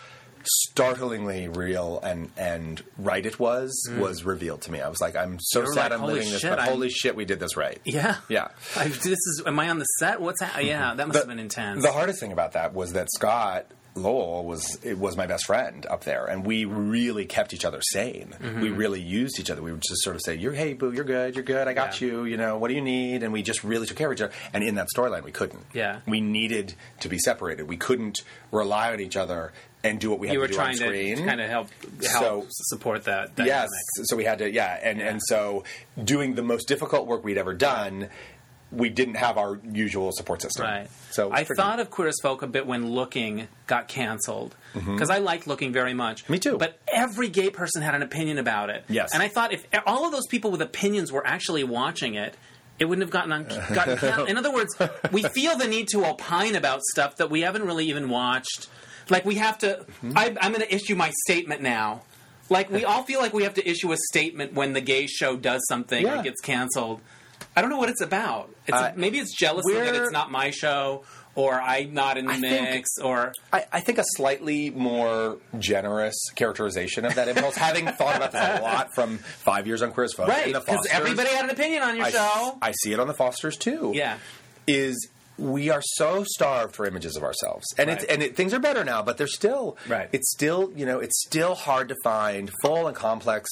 [SPEAKER 2] startlingly real and and right it was was revealed to me. I was like, I'm so
[SPEAKER 1] were Mm.
[SPEAKER 2] sad
[SPEAKER 1] like,
[SPEAKER 2] I'm
[SPEAKER 1] "Holy
[SPEAKER 2] living this,
[SPEAKER 1] shit,
[SPEAKER 2] but
[SPEAKER 1] I'm-
[SPEAKER 2] holy shit, we did this right.
[SPEAKER 1] (laughs) Yeah,
[SPEAKER 2] Yeah.
[SPEAKER 1] I, this is. Am I on the set? What's that? Yeah, that must have been intense.
[SPEAKER 2] The hardest thing about that was that Scott Lowell was it was my best friend up there, and we really kept each other sane.
[SPEAKER 1] Mm-hmm.
[SPEAKER 2] We really used each other. We would just sort of say, "You're hey, boo, you're good, you're good, I got
[SPEAKER 1] Yeah.
[SPEAKER 2] you." You know, what do you need? And we just really took care of each other. And in that storyline, we couldn't.
[SPEAKER 1] Yeah.
[SPEAKER 2] we needed to be separated. We couldn't rely on each other and do what we had
[SPEAKER 1] you were
[SPEAKER 2] to do on
[SPEAKER 1] trying
[SPEAKER 2] screen.
[SPEAKER 1] to kind of help help
[SPEAKER 2] So-
[SPEAKER 1] support that. Dynamic.
[SPEAKER 2] Yes. So we had to, yeah, and and so doing the most difficult work we'd ever done, we didn't have our usual support system.
[SPEAKER 1] Right.
[SPEAKER 2] So it was
[SPEAKER 1] I
[SPEAKER 2] pretty-
[SPEAKER 1] thought of Queer as Folk a bit when Looking got canceled because I liked Looking very much.
[SPEAKER 2] Mm-hmm. Me too.
[SPEAKER 1] But every gay person had an opinion about it.
[SPEAKER 2] Yes.
[SPEAKER 1] And I thought if e, all of those people with opinions were actually watching it. It wouldn't have
[SPEAKER 2] (laughs)
[SPEAKER 1] gotten on. Gotten can- In other words, we feel the need to opine about stuff that we haven't really even watched. Like we have to.
[SPEAKER 2] Mm-hmm.
[SPEAKER 1] I, I'm going to issue my statement now. Like we all feel like we have to issue a statement when the gay show does something
[SPEAKER 2] Yeah.
[SPEAKER 1] or gets canceled. I don't know what it's about. It's,
[SPEAKER 2] Uh,
[SPEAKER 1] maybe it's jealousy that
[SPEAKER 2] we're-
[SPEAKER 1] it's not my show or I'm not in the
[SPEAKER 2] think-
[SPEAKER 1] mix or
[SPEAKER 2] I, I think a slightly more generous characterization of
[SPEAKER 1] (laughs)
[SPEAKER 2] that impulse, having thought about this a lot from five years on Queer as Folk. and the
[SPEAKER 1] because
[SPEAKER 2] Fosters,
[SPEAKER 1] everybody had an opinion on your
[SPEAKER 2] I,
[SPEAKER 1] show.
[SPEAKER 2] I see it on the Fosters too.
[SPEAKER 1] yeah,
[SPEAKER 2] Is we are so starved for images of ourselves, and it's
[SPEAKER 1] Right.
[SPEAKER 2] and it, things are better now, but they're still
[SPEAKER 1] Right.
[SPEAKER 2] It's still you know it's still hard to find full and complex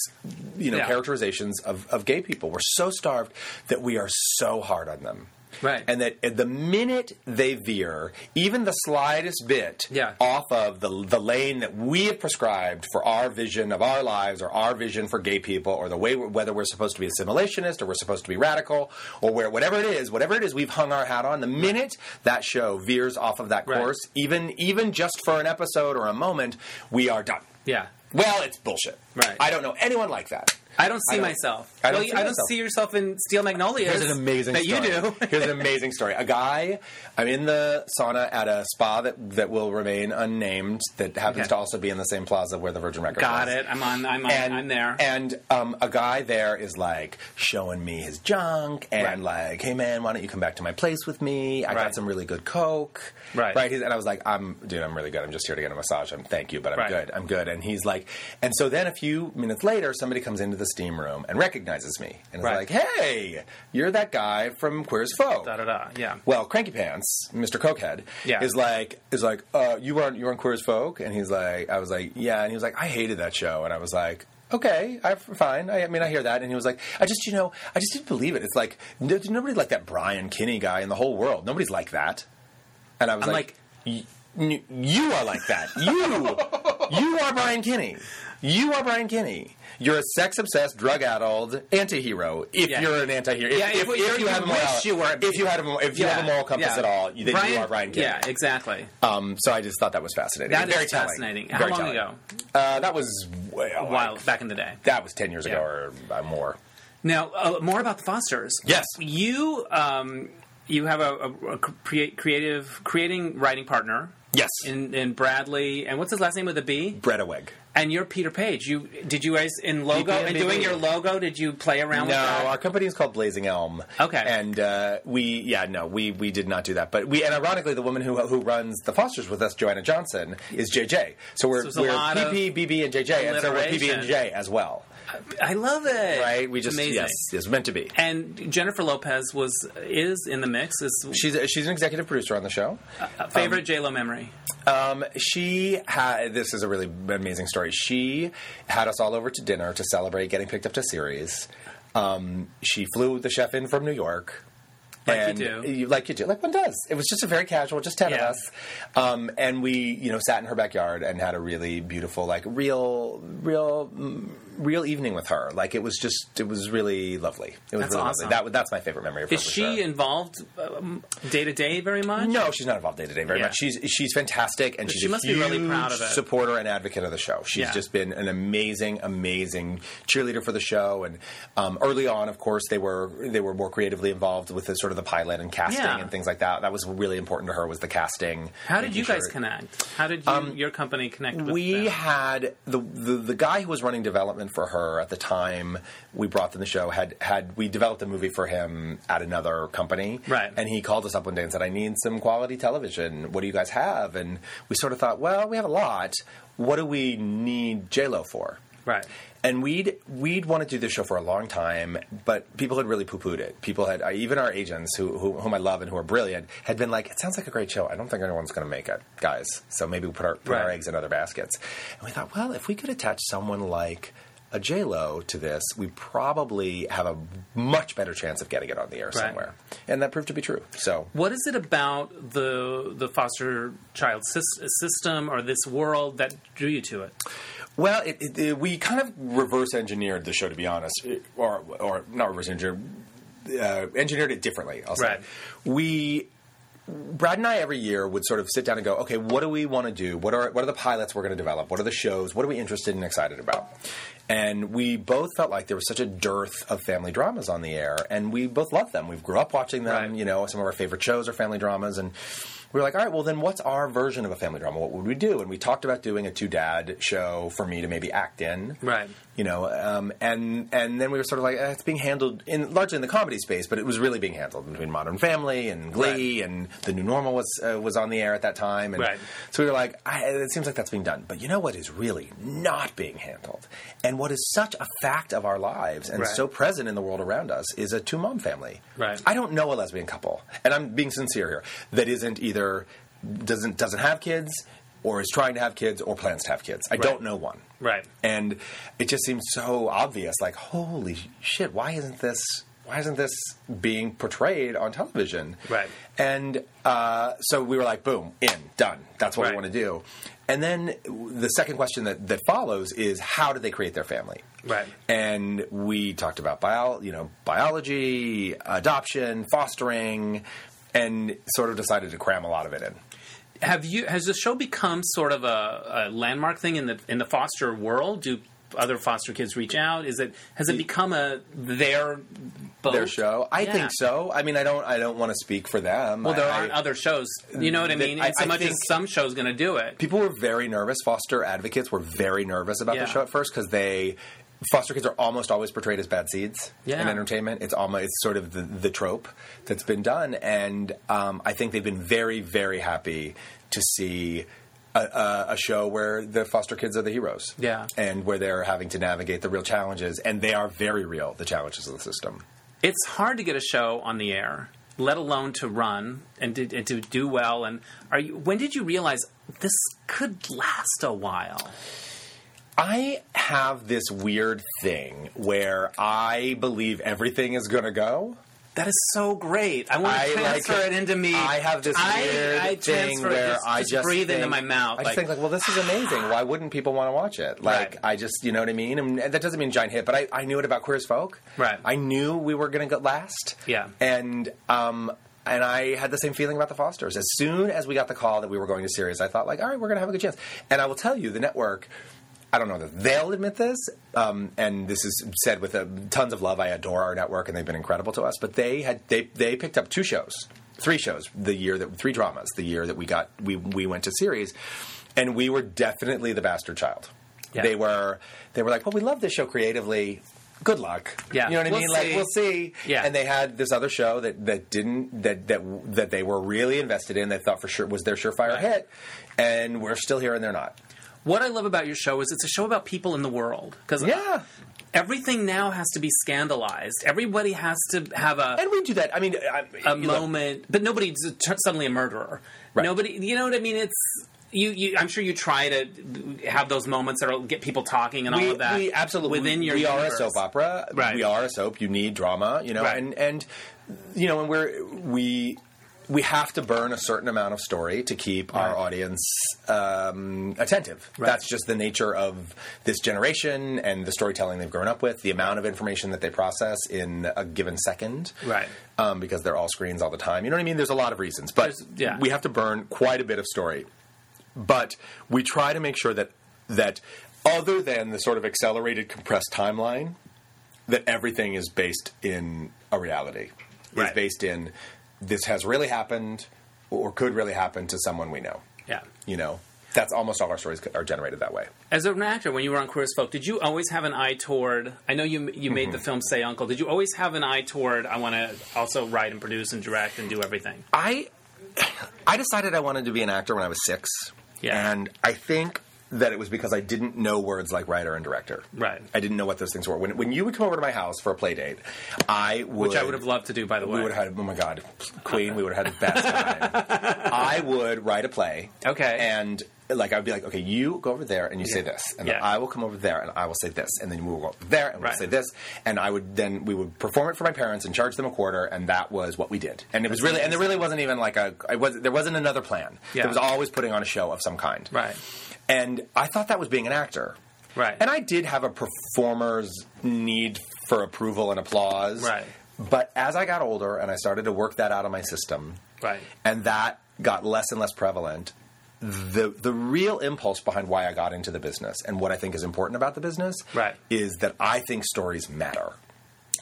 [SPEAKER 2] you know
[SPEAKER 1] Yeah.
[SPEAKER 2] characterizations of, of gay people. We're so starved that we are so hard on them,
[SPEAKER 1] Right.
[SPEAKER 2] And that at the minute they veer even the slightest bit
[SPEAKER 1] Yeah.
[SPEAKER 2] off of the the lane that we have prescribed for our vision of our lives or our vision for gay people or the way we're, whether we're supposed to be assimilationist or we're supposed to be radical or where whatever it is whatever it is we've hung our hat on the minute that show veers off of that
[SPEAKER 1] Right.
[SPEAKER 2] course even even just for an episode or a moment we are done
[SPEAKER 1] Yeah.
[SPEAKER 2] well it's bullshit
[SPEAKER 1] Right.
[SPEAKER 2] i don't know anyone like that
[SPEAKER 1] I don't see
[SPEAKER 2] I don't-
[SPEAKER 1] myself.
[SPEAKER 2] I don't
[SPEAKER 1] well,
[SPEAKER 2] see
[SPEAKER 1] I don't
[SPEAKER 2] myself.
[SPEAKER 1] see yourself in Steel Magnolias.
[SPEAKER 2] Here's an amazing
[SPEAKER 1] that
[SPEAKER 2] story.
[SPEAKER 1] you do. (laughs)
[SPEAKER 2] Here's an amazing story. A guy, I'm in the sauna at a spa that, that will remain unnamed, that happens
[SPEAKER 1] Okay.
[SPEAKER 2] to also be in the same plaza where the Virgin Records
[SPEAKER 1] Got
[SPEAKER 2] was.
[SPEAKER 1] it. I'm on. I'm on.
[SPEAKER 2] And,
[SPEAKER 1] I'm there.
[SPEAKER 2] And um, a guy there is like showing me his junk and
[SPEAKER 1] Right.
[SPEAKER 2] like, hey man, why don't you come back to my place with me? I
[SPEAKER 1] Right.
[SPEAKER 2] got some really good Coke.
[SPEAKER 1] Right.
[SPEAKER 2] Right. He's, and I was like, I'm, dude, I'm really good. I'm just here to get a massage. I'm, thank you, but I'm
[SPEAKER 1] Right.
[SPEAKER 2] good. I'm good. And he's like, and so then a few minutes later, somebody comes into the steam room and recognizes me and is
[SPEAKER 1] Right.
[SPEAKER 2] like, hey, you're that guy from Queer as Folk.
[SPEAKER 1] da da da. Yeah.
[SPEAKER 2] Well, Cranky Pants, Mr. Cokehead,
[SPEAKER 1] Yeah.
[SPEAKER 2] is like is like uh, you were on you were on Queer as Folk, and he's like I was like yeah, and he was like I hated that show, and I was like okay, I'm fine. I, I mean I hear that, and he was like I just you know I just didn't believe it. It's like no- there's nobody like that Brian Kinney guy in the whole world. Nobody's like that, and I was
[SPEAKER 1] I'm
[SPEAKER 2] like, y- n- you are like that. You you are Brian Kinney. You are Brian Kinney. You're a sex obsessed, drug addled anti-hero. If
[SPEAKER 1] Yeah.
[SPEAKER 2] you're an anti-hero, if,
[SPEAKER 1] Yeah,
[SPEAKER 2] if,
[SPEAKER 1] if-
[SPEAKER 2] if you
[SPEAKER 1] you
[SPEAKER 2] have a
[SPEAKER 1] wish
[SPEAKER 2] moral,
[SPEAKER 1] you were-
[SPEAKER 2] if you had a, if you have a moral compass
[SPEAKER 1] yeah.
[SPEAKER 2] at all, you, then you are Brian Kidd.
[SPEAKER 1] Yeah, exactly.
[SPEAKER 2] Um, so I just thought that was fascinating.
[SPEAKER 1] That is
[SPEAKER 2] Very telling.
[SPEAKER 1] fascinating. How
[SPEAKER 2] Very
[SPEAKER 1] long
[SPEAKER 2] telling.
[SPEAKER 1] ago?
[SPEAKER 2] Uh, that was well,
[SPEAKER 1] A
[SPEAKER 2] like-
[SPEAKER 1] while back in the day.
[SPEAKER 2] that was ten years ago
[SPEAKER 1] Yeah.
[SPEAKER 2] or uh, more.
[SPEAKER 1] Now, uh, more about the Fosters.
[SPEAKER 2] Yes.
[SPEAKER 1] You um, you have a, a, a crea- creative creating writing partner
[SPEAKER 2] Yes,
[SPEAKER 1] in, in Bradley, and what's his last name with a B?
[SPEAKER 2] Bredeweg.
[SPEAKER 1] And you're Peter Page. You did you guys in logo
[SPEAKER 2] BPM,
[SPEAKER 1] and doing
[SPEAKER 2] BPM.
[SPEAKER 1] your logo? Did you play around
[SPEAKER 2] No,
[SPEAKER 1] with that?
[SPEAKER 2] our company is called Blazing Elm.
[SPEAKER 1] Okay.
[SPEAKER 2] and uh, we yeah no we we did not do that. But we and ironically, the woman who who runs the Fosters with us, Joanna Johnson, is JJ. So we're
[SPEAKER 1] So it's a
[SPEAKER 2] we're
[SPEAKER 1] lot of
[SPEAKER 2] PP, BB, and JJ, and so we're PB and
[SPEAKER 1] alliteration.
[SPEAKER 2] J as well,
[SPEAKER 1] I love it.
[SPEAKER 2] right? We
[SPEAKER 1] It's
[SPEAKER 2] just
[SPEAKER 1] amazing.
[SPEAKER 2] yes, yes, meant to be.
[SPEAKER 1] And Jennifer Lopez was is in the mix. Is
[SPEAKER 2] She's a, she's an executive producer on the show.
[SPEAKER 1] favorite J Lo memory?
[SPEAKER 2] Um, she had this is a really amazing story. She had us all over to dinner to celebrate getting picked up to series. Um, she flew the chef in from New York.
[SPEAKER 1] Like you
[SPEAKER 2] and
[SPEAKER 1] do.
[SPEAKER 2] like you do, like one does. It was just a very casual, just ten of
[SPEAKER 1] Yeah.
[SPEAKER 2] us, um, and we, you know, sat in her backyard and had a really beautiful, like real, real, mm, real evening with her. Like it was just, it was really lovely. It was
[SPEAKER 1] That's
[SPEAKER 2] really
[SPEAKER 1] awesome.
[SPEAKER 2] lovely. That, wa- that's my favorite memory. Of her,
[SPEAKER 1] Is
[SPEAKER 2] for
[SPEAKER 1] she
[SPEAKER 2] sure.
[SPEAKER 1] involved day to day very much?
[SPEAKER 2] No, she's not involved day to day very
[SPEAKER 1] Yeah.
[SPEAKER 2] much. She's she's fantastic, and she's
[SPEAKER 1] she
[SPEAKER 2] a
[SPEAKER 1] must be
[SPEAKER 2] huge
[SPEAKER 1] really proud of it.
[SPEAKER 2] supporter and advocate of the show. She's
[SPEAKER 1] Yeah.
[SPEAKER 2] just been an amazing, amazing cheerleader for the show. And um, early on, of course, they were they were more creatively involved with the sort of the pilot and casting
[SPEAKER 1] Yeah.
[SPEAKER 2] and things like that. That was really important to her was the casting.
[SPEAKER 1] How did
[SPEAKER 2] making
[SPEAKER 1] you guys
[SPEAKER 2] sure-
[SPEAKER 1] connect? How did you, your company connect with
[SPEAKER 2] we
[SPEAKER 1] them?
[SPEAKER 2] had the, the the guy who was running development for her at the time we brought them the show had had we developed a movie for him at another company
[SPEAKER 1] Right.
[SPEAKER 2] and he called us up one day and said I need some quality television what do you guys have and we sort of thought well we have a lot what do we need J Lo for
[SPEAKER 1] Right.
[SPEAKER 2] and we'd we'd wanted to do this show for a long time, but people had really poo pooed it. People had uh, even our agents, who, who whom I love and who are brilliant, had been like, "It sounds like a great show. I don't think anyone's going to make it, guys. So maybe we put our put our
[SPEAKER 1] Right.
[SPEAKER 2] eggs in other baskets." And we thought, well, if we could attach someone like a J Lo to this, we probably have a much better chance of getting it on the air somewhere. And that proved to be true. So
[SPEAKER 1] What is it about the the foster child sys- system or this world that drew you to it?
[SPEAKER 2] Well, it, it, it- we kind of reverse engineered the show, to be honest, It- or or not reverse engineered, uh, engineered it differently. I'll say
[SPEAKER 1] Right.
[SPEAKER 2] we. Brad and I every year would sort of sit down and go, okay, what do we want to do? What are what are the pilots we're going to develop? What are the shows? What are we interested and excited about? And we both felt like there was such a dearth of family dramas on the air, and we both loved them. We grew up watching them.
[SPEAKER 1] Right.
[SPEAKER 2] You know, some of our favorite shows are family dramas, and we were like, all right, well then, what's our version of a family drama? What would we do? And we talked about doing a two dad show for me to maybe act in,
[SPEAKER 1] Right.
[SPEAKER 2] You you know, um, and and then we were sort of like eh, it's being handled in largely in the comedy space, but it was really being handled between Modern Family and Glee and The New Normal was uh, was on the air at that time, and
[SPEAKER 1] Right.
[SPEAKER 2] so we were like, I, it seems like that's being done, but you know what is really not being handled, and what is such a fact of our lives and
[SPEAKER 1] Right.
[SPEAKER 2] so present in the world around us is a two mom family.
[SPEAKER 1] Right.
[SPEAKER 2] I don't know a lesbian couple, and I'm being sincere here, that isn't either doesn't doesn't have kids or is trying to have kids or plans to have kids. I don't know one.
[SPEAKER 1] Right.
[SPEAKER 2] And it just seems so obvious like holy shit, why isn't this why isn't this being portrayed on television?
[SPEAKER 1] Right.
[SPEAKER 2] And uh, so we were like, boom, in, done. That's what
[SPEAKER 1] Right.
[SPEAKER 2] we want to do. And then w- the second question that, that follows is how do they create their family?
[SPEAKER 1] Right.
[SPEAKER 2] And we talked about bio, you know, biology, adoption, fostering, and sort of decided to cram a lot of it in.
[SPEAKER 1] Have you? Has the show become sort of a, a landmark thing in the in the foster world? Do other foster kids reach out? Is it has it become a their boat?
[SPEAKER 2] Their show, I
[SPEAKER 1] Oh. Yeah.
[SPEAKER 2] think so. I mean, I don't, I don't want to speak for them.
[SPEAKER 1] Well, there
[SPEAKER 2] I-
[SPEAKER 1] aren't other shows. You know what I
[SPEAKER 2] That-
[SPEAKER 1] mean?
[SPEAKER 2] I-
[SPEAKER 1] In so
[SPEAKER 2] I
[SPEAKER 1] much as
[SPEAKER 2] think-
[SPEAKER 1] some show's going to do it.
[SPEAKER 2] people were very nervous. Foster advocates were very nervous about
[SPEAKER 1] Yeah.
[SPEAKER 2] the show at first because they foster kids are almost always portrayed as bad seeds
[SPEAKER 1] Yeah.
[SPEAKER 2] in entertainment. It's almost it's sort of the, the trope that's been done, and um, I think they've been very very happy to see. A, a, a show where the foster kids are the heroes,
[SPEAKER 1] Yeah.
[SPEAKER 2] and where they're having to navigate the real challenges, and they are very real. The challenges of the system.
[SPEAKER 1] it's hard to get a show on the air, let alone to run and to, and to do well. And are you? When did you realize this could last a while?
[SPEAKER 2] I have this weird thing where I believe everything is going to go,
[SPEAKER 1] That is so great. I want
[SPEAKER 2] I
[SPEAKER 1] to transfer
[SPEAKER 2] like-
[SPEAKER 1] it into me.
[SPEAKER 2] I have this
[SPEAKER 1] I-
[SPEAKER 2] weird
[SPEAKER 1] I
[SPEAKER 2] thing
[SPEAKER 1] transfer it,
[SPEAKER 2] where
[SPEAKER 1] just,
[SPEAKER 2] I
[SPEAKER 1] just
[SPEAKER 2] just
[SPEAKER 1] breathe
[SPEAKER 2] think,
[SPEAKER 1] into my mouth.
[SPEAKER 2] I just
[SPEAKER 1] like,
[SPEAKER 2] think like, well, this is amazing. Why wouldn't people want to watch it? Like,
[SPEAKER 1] Right.
[SPEAKER 2] I just, you know what I mean. And that doesn't mean giant hit, but I, I knew it about Queer as Folk.
[SPEAKER 1] Right.
[SPEAKER 2] I knew we were going to go last.
[SPEAKER 1] Yeah.
[SPEAKER 2] And um, and I had the same feeling about the Fosters. As soon as we got the call that we were going to series, I thought like, all right, we're going to have a good chance. And I will tell you, the network. I don't know that they'll admit this, um, and this is said with uh tons of love. I adore our network, and they've been incredible to us. But they had they they picked up two shows, three shows the year that three dramas the year that we got we we went to series, and we were definitely the bastard child.
[SPEAKER 1] Yeah.
[SPEAKER 2] They were they were like, well, we love this show creatively. Good luck.
[SPEAKER 1] Yeah.
[SPEAKER 2] you know what I
[SPEAKER 1] We'll
[SPEAKER 2] mean. Like
[SPEAKER 1] see.
[SPEAKER 2] we'll see.
[SPEAKER 1] Yeah.
[SPEAKER 2] and they had this other show that that didn't that that that they were really invested in. They thought for sure was their surefire
[SPEAKER 1] Right.
[SPEAKER 2] hit, and we're still here and they're not.
[SPEAKER 1] what I love about your show is it's a show about people in the world. Because
[SPEAKER 2] Yeah.
[SPEAKER 1] everything now has to be scandalized. Everybody has to have a.
[SPEAKER 2] And we do that. I mean, I,
[SPEAKER 1] a
[SPEAKER 2] you know,
[SPEAKER 1] moment, but nobody's t- suddenly a murderer.
[SPEAKER 2] Right.
[SPEAKER 1] Nobody, you know what I mean? It's you, you. I'm sure you try to have those moments that'll get people talking and all
[SPEAKER 2] we,
[SPEAKER 1] of that.
[SPEAKER 2] we absolutely
[SPEAKER 1] within
[SPEAKER 2] we,
[SPEAKER 1] your
[SPEAKER 2] we are a
[SPEAKER 1] universe.
[SPEAKER 2] soap opera.
[SPEAKER 1] Right.
[SPEAKER 2] We are a soap. You need drama. You know,
[SPEAKER 1] Right.
[SPEAKER 2] and and you know, and we're we. We have to burn a certain amount of story to keep our audience um, attentive. That's just the nature of this generation and the storytelling they've grown up with, the amount of information that they process in a given second.
[SPEAKER 1] Right.
[SPEAKER 2] Um, because they're all screens all the time. You know what I mean? There's a lot of reasons, but
[SPEAKER 1] There's- yeah.
[SPEAKER 2] we have to burn quite a bit of story but we try to make sure that that other than the sort of accelerated compressed timeline that everything is based in a reality
[SPEAKER 1] Right.
[SPEAKER 2] is based in this has really happened or could really happen to someone we know
[SPEAKER 1] Yeah.
[SPEAKER 2] you know that's almost all our stories are generated that way
[SPEAKER 1] As an actor, when you were on Queer as Folk, did you always have an eye toward? I know you you made the
[SPEAKER 2] Mm-hmm.
[SPEAKER 1] film Say Uncle. Did you always have an eye toward? I want to also write and produce and direct and do everything.
[SPEAKER 2] I I decided I wanted to be an actor when I was six.
[SPEAKER 1] Yeah.
[SPEAKER 2] And I think that it was because I didn't know words like writer and director.
[SPEAKER 1] Right.
[SPEAKER 2] I didn't know what those things were. When, when you would come over to my house for a play date, I would
[SPEAKER 1] Which I would have loved to do, by the way.
[SPEAKER 2] we would have had oh my god, Queen, we would have had the
[SPEAKER 1] (laughs)
[SPEAKER 2] best time. I would write a play.
[SPEAKER 1] Okay.
[SPEAKER 2] And like I would be like, okay, you go over there and you say this, and then
[SPEAKER 1] Yeah.
[SPEAKER 2] I will come over there and I will say this, and then we will go over there and we'll
[SPEAKER 1] Right.
[SPEAKER 2] say this, and I would then we would perform it for my parents and charge them a quarter, and that was what we did. And it was really and there really wasn't even like a I was there wasn't another plan.
[SPEAKER 1] Yeah.
[SPEAKER 2] There was always putting on a show of some kind.
[SPEAKER 1] Right.
[SPEAKER 2] And I thought that was being an actor.
[SPEAKER 1] Right.
[SPEAKER 2] And I did have a performer's need for approval and applause.
[SPEAKER 1] Right.
[SPEAKER 2] But as I got older and I started to work that out of my system,
[SPEAKER 1] Right.
[SPEAKER 2] and that got less and less prevalent, the the real impulse behind why I got into the business and what I think is important about the business
[SPEAKER 1] Right.
[SPEAKER 2] is that I think stories matter.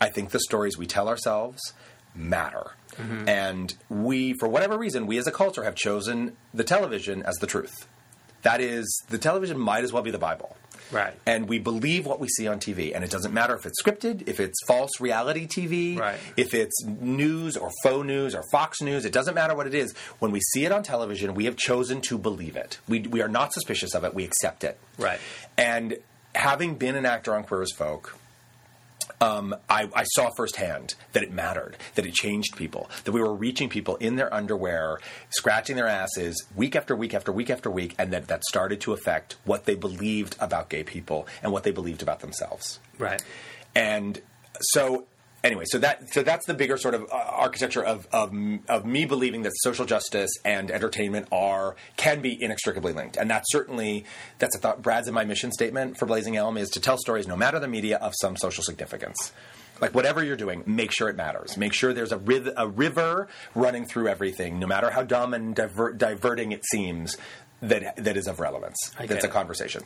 [SPEAKER 2] I think the stories we tell ourselves matter.
[SPEAKER 1] Mm-hmm.
[SPEAKER 2] And we for whatever reason, we as a culture have chosen the television as the truth. That is the television might as well be the Bible.
[SPEAKER 3] Right.
[SPEAKER 2] And we believe what we see on TV, and it doesn't matter if it's scripted, if it's false reality TV,
[SPEAKER 3] Right.
[SPEAKER 2] if it's news or faux news or Fox News. It doesn't matter what it is. When we see it on television, we have chosen to believe it. We we are not suspicious of it. We accept it.
[SPEAKER 3] Right.
[SPEAKER 2] And having been an actor on Queer as Folk, um, I, I saw firsthand that it mattered, that it changed people, that we were reaching people in their underwear, scratching their asses week after week after week after week, and that that started to affect what they believed about gay people and what they believed about themselves.
[SPEAKER 3] Right.
[SPEAKER 2] And so, anyway, so that so that's the bigger sort of uh, architecture of, of of me believing that social justice and entertainment are can be inextricably linked, and that's certainly that's a thought. Brad's and my mission statement for Blazing Elm is to tell stories, no matter the media, of some social significance. Like whatever you're doing, make sure it matters. Make sure there's a, riv- a river running through everything, no matter how dumb and diver- diverting it seems. That that is of relevance.
[SPEAKER 3] get
[SPEAKER 2] That's a
[SPEAKER 3] it.
[SPEAKER 2] conversation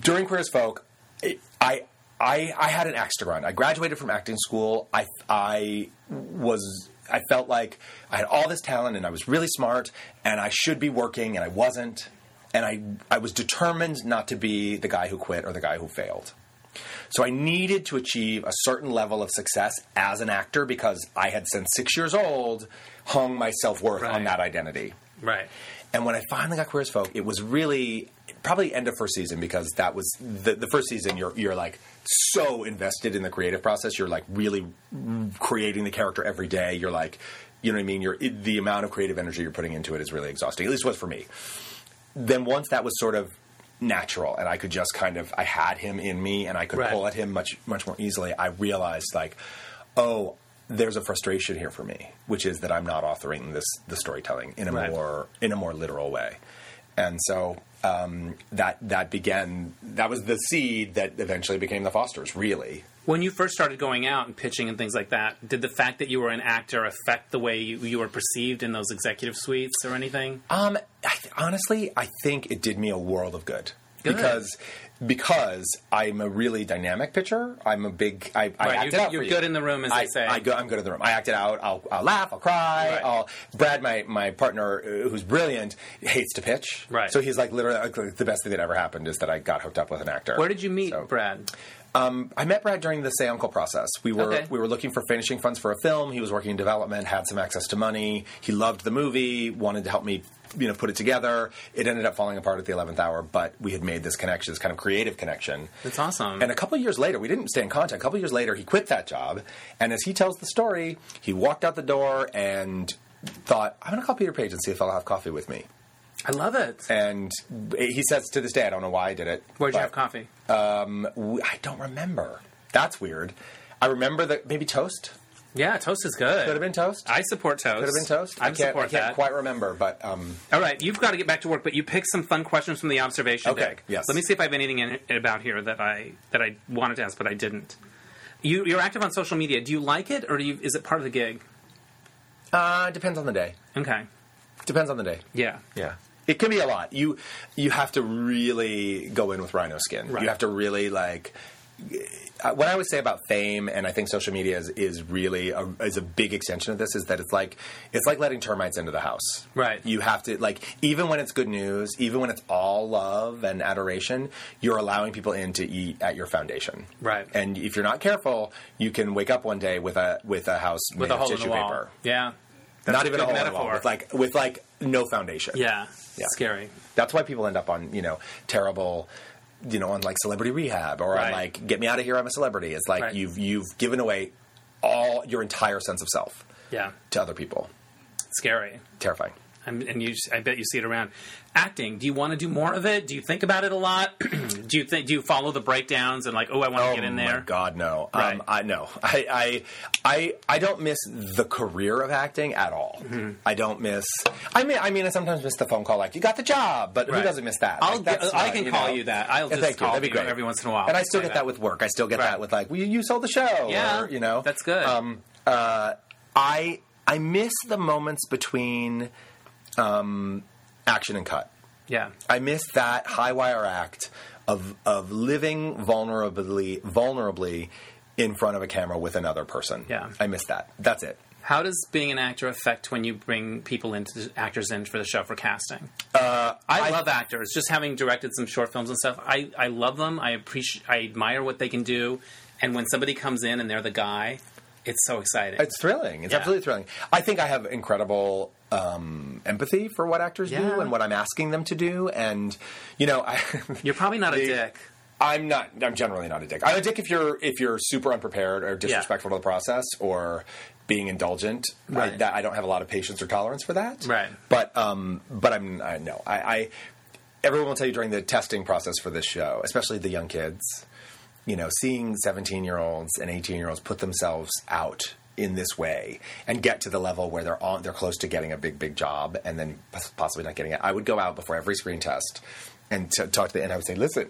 [SPEAKER 2] during Queer as Folk, it, I. I, I had an axe to grind. I graduated from acting school. I, I was I felt like I had all this talent and I was really smart and I should be working and I wasn't. And I I was determined not to be the guy who quit or the guy who failed. So I needed to achieve a certain level of success as an actor because I had since six years old hung my self worth on
[SPEAKER 3] Right.
[SPEAKER 2] that identity.
[SPEAKER 3] Right.
[SPEAKER 2] And when I finally got Queer as Folk, it was really probably end of first season because that was the, the first season. You're you're like so invested in the creative process. You're like really creating the character every day. You're like, you know what I mean. You're it, the amount of creative energy you're putting into it is really exhausting. At least it was for me. Then once that was sort of natural and I could just kind of I had him in me and I could
[SPEAKER 3] Right.
[SPEAKER 2] pull at him much much more easily. I realized like, oh, there's a frustration here for me, which is that I'm not authoring this the storytelling in a
[SPEAKER 3] Right.
[SPEAKER 2] more in a more literal way. And so um, that that began that was the seed that eventually became the Fosters, really.
[SPEAKER 1] When you first started going out and pitching and things like that, did the fact that you were an actor affect the way you, you were perceived in those executive suites or anything?
[SPEAKER 2] Um, I th- honestly, I think it did me a world of good. Because, because I'm a really dynamic pitcher. I'm a big. I, I
[SPEAKER 1] Right,
[SPEAKER 2] act
[SPEAKER 1] you're-
[SPEAKER 2] it out
[SPEAKER 1] you're
[SPEAKER 2] for
[SPEAKER 1] good
[SPEAKER 2] you.
[SPEAKER 1] in the room, as
[SPEAKER 2] I,
[SPEAKER 1] they say.
[SPEAKER 2] I go, I'm good in the room. I act it out. I'll, I'll laugh. I'll cry.
[SPEAKER 3] Right.
[SPEAKER 2] I'll. Brad, my my partner, uh, who's brilliant, hates to pitch.
[SPEAKER 3] Right.
[SPEAKER 2] So he's like literally like, the best thing that ever happened is that I got hooked up with an actor.
[SPEAKER 1] Where did you meet
[SPEAKER 2] So-
[SPEAKER 1] Brad?
[SPEAKER 2] I met Brad during the Say Uncle process. We were
[SPEAKER 1] Okay.
[SPEAKER 2] we were looking for finishing funds for a film. He was working in development, had some access to money. He loved the movie, wanted to help me, you know, put it together. It ended up falling apart at the eleventh hour, but we had made this connection, this kind of creative connection.
[SPEAKER 1] That's awesome.
[SPEAKER 2] And a couple years later, we didn't stay in contact. A couple years later, he quit that job, and as he tells the story, he walked out the door and thought, "I'm going to call Peter Page and see if I'll have coffee with me."
[SPEAKER 1] I love it.
[SPEAKER 2] And he says to this day, "I don't know why I did it."
[SPEAKER 1] Where'd you
[SPEAKER 2] but-
[SPEAKER 1] have coffee?
[SPEAKER 2] we- I don't remember. That's weird. I remember that maybe toast
[SPEAKER 1] yeah, toast is good.
[SPEAKER 2] could have been toast.
[SPEAKER 1] I support toast.
[SPEAKER 2] could have been toast.
[SPEAKER 1] I,
[SPEAKER 2] can't,
[SPEAKER 1] support
[SPEAKER 2] I can't
[SPEAKER 1] that.
[SPEAKER 2] quite remember, but um,
[SPEAKER 1] All right, you've got to get back to work, but you picked some fun questions from the observation
[SPEAKER 2] Okay,
[SPEAKER 1] deck.
[SPEAKER 2] yes.
[SPEAKER 1] Let me see if I have anything in, about here that I that I wanted to ask, but I didn't. You, you're active on social media. Do you like it, or do you, is it part of the gig?
[SPEAKER 2] uh, depends on the day.
[SPEAKER 1] Okay.
[SPEAKER 2] Depends on the day.
[SPEAKER 1] Yeah.
[SPEAKER 2] Yeah. It can be a lot. You you have to really go in with rhino skin.
[SPEAKER 1] Right.
[SPEAKER 2] You have to really like uh, what I always say about fame, and I think social media is, is really a, is a big extension of this. Is that it's like it's like letting termites into the house.
[SPEAKER 1] Right.
[SPEAKER 2] You have to like even when it's good news, even when it's all love and adoration, you're allowing people in to eat at your foundation.
[SPEAKER 1] Right.
[SPEAKER 2] And if you're not careful, you can wake up one day with a with a house
[SPEAKER 1] With
[SPEAKER 2] made
[SPEAKER 1] a
[SPEAKER 2] of
[SPEAKER 1] hole in
[SPEAKER 2] tissue
[SPEAKER 1] the wall.
[SPEAKER 2] paper.
[SPEAKER 1] Yeah.
[SPEAKER 2] not even
[SPEAKER 1] good
[SPEAKER 2] a hole in the wall.
[SPEAKER 1] metaphor.
[SPEAKER 2] With like with like no foundation.
[SPEAKER 1] Yeah.
[SPEAKER 2] Yeah.
[SPEAKER 1] Scary.
[SPEAKER 2] That's why people end up on you know terrible, you know, on like Celebrity Rehab or on
[SPEAKER 1] Right.
[SPEAKER 2] like Get Me Out of Here, I'm a Celebrity. It's like
[SPEAKER 1] Right.
[SPEAKER 2] you've you've given away all your entire sense of self
[SPEAKER 1] Yeah.
[SPEAKER 2] to other people.
[SPEAKER 1] Scary.
[SPEAKER 2] Terrifying.
[SPEAKER 1] And, and you, I bet you see it around. Acting. Do you want to do more of it? Do you think about it a lot? (clears throat) do you think? Do you follow the breakdowns and like, oh, I want to get in there?
[SPEAKER 2] my God, no.
[SPEAKER 1] Right.
[SPEAKER 2] Um, I no. (laughs) I, I I I don't miss the career of acting at all.
[SPEAKER 1] Mm-hmm.
[SPEAKER 2] I don't miss. I mean, I mean, I sometimes miss the phone call, like you got the job, but who
[SPEAKER 1] Right.
[SPEAKER 2] doesn't miss that?
[SPEAKER 1] I'll
[SPEAKER 2] Like,
[SPEAKER 1] get- I
[SPEAKER 2] not,
[SPEAKER 1] can call
[SPEAKER 2] know.
[SPEAKER 1] you that. I'll
[SPEAKER 2] Yeah,
[SPEAKER 1] just
[SPEAKER 2] thank you.
[SPEAKER 1] call
[SPEAKER 2] That'd be
[SPEAKER 1] you
[SPEAKER 2] great
[SPEAKER 1] every once in a while
[SPEAKER 2] and I
[SPEAKER 1] and
[SPEAKER 2] still
[SPEAKER 1] say
[SPEAKER 2] get
[SPEAKER 1] that.
[SPEAKER 2] that with work. I still get
[SPEAKER 1] Right.
[SPEAKER 2] that with like, well, you sold the show.
[SPEAKER 1] Yeah.
[SPEAKER 2] or, you know,
[SPEAKER 1] That's good.
[SPEAKER 2] Um, uh, I I miss the moments between um, action and cut.
[SPEAKER 1] yeah.
[SPEAKER 2] I miss that high wire act of of living vulnerably vulnerably in front of a camera with another person.
[SPEAKER 1] Yeah.
[SPEAKER 2] I miss that. That's it.
[SPEAKER 1] How does being an actor affect when you bring people into actors in for the show for casting?
[SPEAKER 2] Uh,
[SPEAKER 1] I, love actors. Just having directed some short films and stuff, I, I love them. I appreciate, I admire what they can do. And when somebody comes in and they're the guy, it's so exciting.
[SPEAKER 2] It's thrilling. It's
[SPEAKER 1] Yeah.
[SPEAKER 2] absolutely thrilling. I think I have incredible um, empathy for what actors
[SPEAKER 1] Yeah.
[SPEAKER 2] do and what I'm asking them to do. And you know, (laughs) I,
[SPEAKER 1] You're probably not a
[SPEAKER 2] The-
[SPEAKER 1] dick.
[SPEAKER 2] I'm not. I'm generally not a dick. I'm a dick if you're if you're super unprepared or disrespectful to the process or being indulgent. I,
[SPEAKER 1] Right.
[SPEAKER 2] that, I don't have a lot of patience or tolerance for that.
[SPEAKER 1] Right.
[SPEAKER 2] But um. But I'm. I know. I. I everyone will tell you during the testing process for this show, especially the young kids you know, seeing 17 year olds and 18 year olds put themselves out in this way and get to the level where they're on, they're close to getting a big, big job and then pos- possibly not getting it. I would go out before every screen test and t- talk to the, and I would say, listen,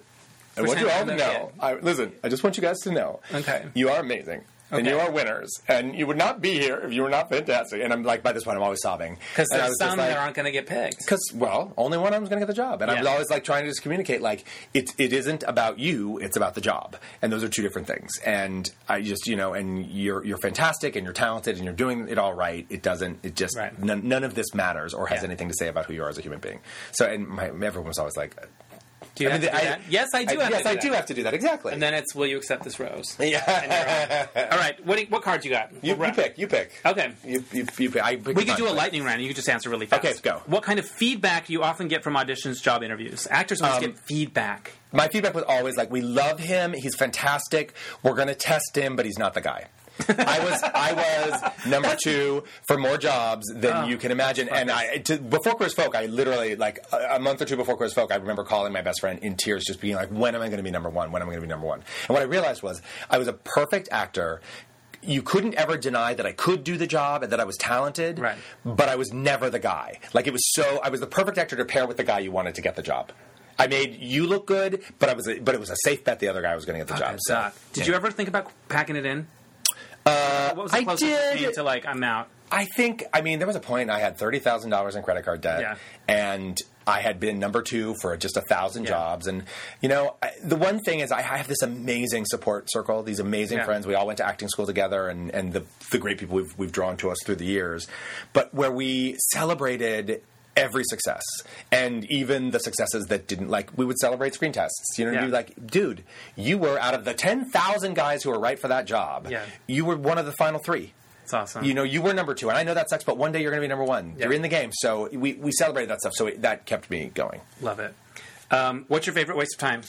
[SPEAKER 2] I want
[SPEAKER 1] Pretend
[SPEAKER 2] you all
[SPEAKER 1] I'm
[SPEAKER 2] to
[SPEAKER 1] a
[SPEAKER 2] know.
[SPEAKER 1] kid.
[SPEAKER 2] I, listen, I just want you guys to know.
[SPEAKER 1] Okay.
[SPEAKER 2] You are amazing. And
[SPEAKER 1] Okay.
[SPEAKER 2] you are winners, and you would not be here if you were not fantastic. And I'm like, by this point, I'm always sobbing
[SPEAKER 1] Because
[SPEAKER 2] And I
[SPEAKER 1] there's
[SPEAKER 2] was just
[SPEAKER 1] some
[SPEAKER 2] like-
[SPEAKER 1] that aren't going to get picked.
[SPEAKER 2] because well, only one of them's going to get the job, and I was
[SPEAKER 1] Yeah.
[SPEAKER 2] always like trying to just communicate like it. It isn't about you; it's about the job, and those are two different things. And I just you know, and you're you're fantastic, and you're talented, and you're doing it all right. It doesn't. It just
[SPEAKER 1] Right.
[SPEAKER 2] none, none of this matters or has
[SPEAKER 1] Yeah.
[SPEAKER 2] anything to say about who you are as a human being. So, and my, everyone was always like, uh,
[SPEAKER 1] Do you
[SPEAKER 2] I
[SPEAKER 1] have
[SPEAKER 2] mean,
[SPEAKER 1] to do
[SPEAKER 2] I-
[SPEAKER 1] that? Yes, I do have
[SPEAKER 2] yes,
[SPEAKER 1] to do
[SPEAKER 2] I
[SPEAKER 1] that.
[SPEAKER 2] do have to do that exactly.
[SPEAKER 1] And then it's, will you accept this rose?
[SPEAKER 2] (laughs) yeah,
[SPEAKER 1] All right, what, do you- what card you got?
[SPEAKER 2] you,
[SPEAKER 1] We'll
[SPEAKER 2] you
[SPEAKER 1] wrap.
[SPEAKER 2] pick. You pick.
[SPEAKER 1] Okay.
[SPEAKER 2] You you, you pick. I pick
[SPEAKER 1] We could
[SPEAKER 2] mine,
[SPEAKER 1] do a
[SPEAKER 2] but-
[SPEAKER 1] lightning round. and You could just answer really fast.
[SPEAKER 2] Okay, let's go.
[SPEAKER 1] What kind of feedback do you often get from auditions, job interviews? Actors always
[SPEAKER 2] Um,
[SPEAKER 1] get feedback.
[SPEAKER 2] My feedback was always like, "We love him. He's fantastic. We're going to test him, but he's not the guy." I was I was number two for more jobs than you can imagine. And I to, before Chris Folk, I literally like a, a month or two before Chris Folk, I remember calling my best friend in tears, just being like, "When am I going to be number one? When am I going to be number one?" And what I realized was I was a perfect actor. You couldn't ever deny that I could do the job and that I was talented,
[SPEAKER 1] Right.
[SPEAKER 2] but I was never the guy. Like it was so I was the perfect actor to pair with the guy you wanted to get the job. I made you look good, but I was a, but it was a safe bet the other guy was going to get the job. so-
[SPEAKER 1] Doc, uh, Did you ever think about packing it in? Uh, what was
[SPEAKER 2] I
[SPEAKER 1] the closest you
[SPEAKER 2] did-
[SPEAKER 1] came to like I'm out?
[SPEAKER 2] I think I mean there was a point I had thirty thousand dollars in credit card debt,
[SPEAKER 1] Yeah.
[SPEAKER 2] and I had been number two for just a thousand jobs. And you know, I, the one thing is I have this amazing support circle, these amazing
[SPEAKER 1] Yeah.
[SPEAKER 2] friends. We all went to acting school together, and and the the great people we've we've drawn to us through the years, but where we celebrated. Every success, and even the successes that didn't like, we would celebrate screen tests. You know, what I
[SPEAKER 1] Yeah.
[SPEAKER 2] mean? like, dude, you were out of the ten thousand guys who were right for that job,
[SPEAKER 1] Yeah.
[SPEAKER 2] you were one of the final three
[SPEAKER 1] It's awesome.
[SPEAKER 2] you know, you were number two, and I know that sucks, but one day you're going to be number one. You're in the game, so we, we celebrated that stuff. So it, that kept me going.
[SPEAKER 1] love it. Um, what's your favorite waste of time?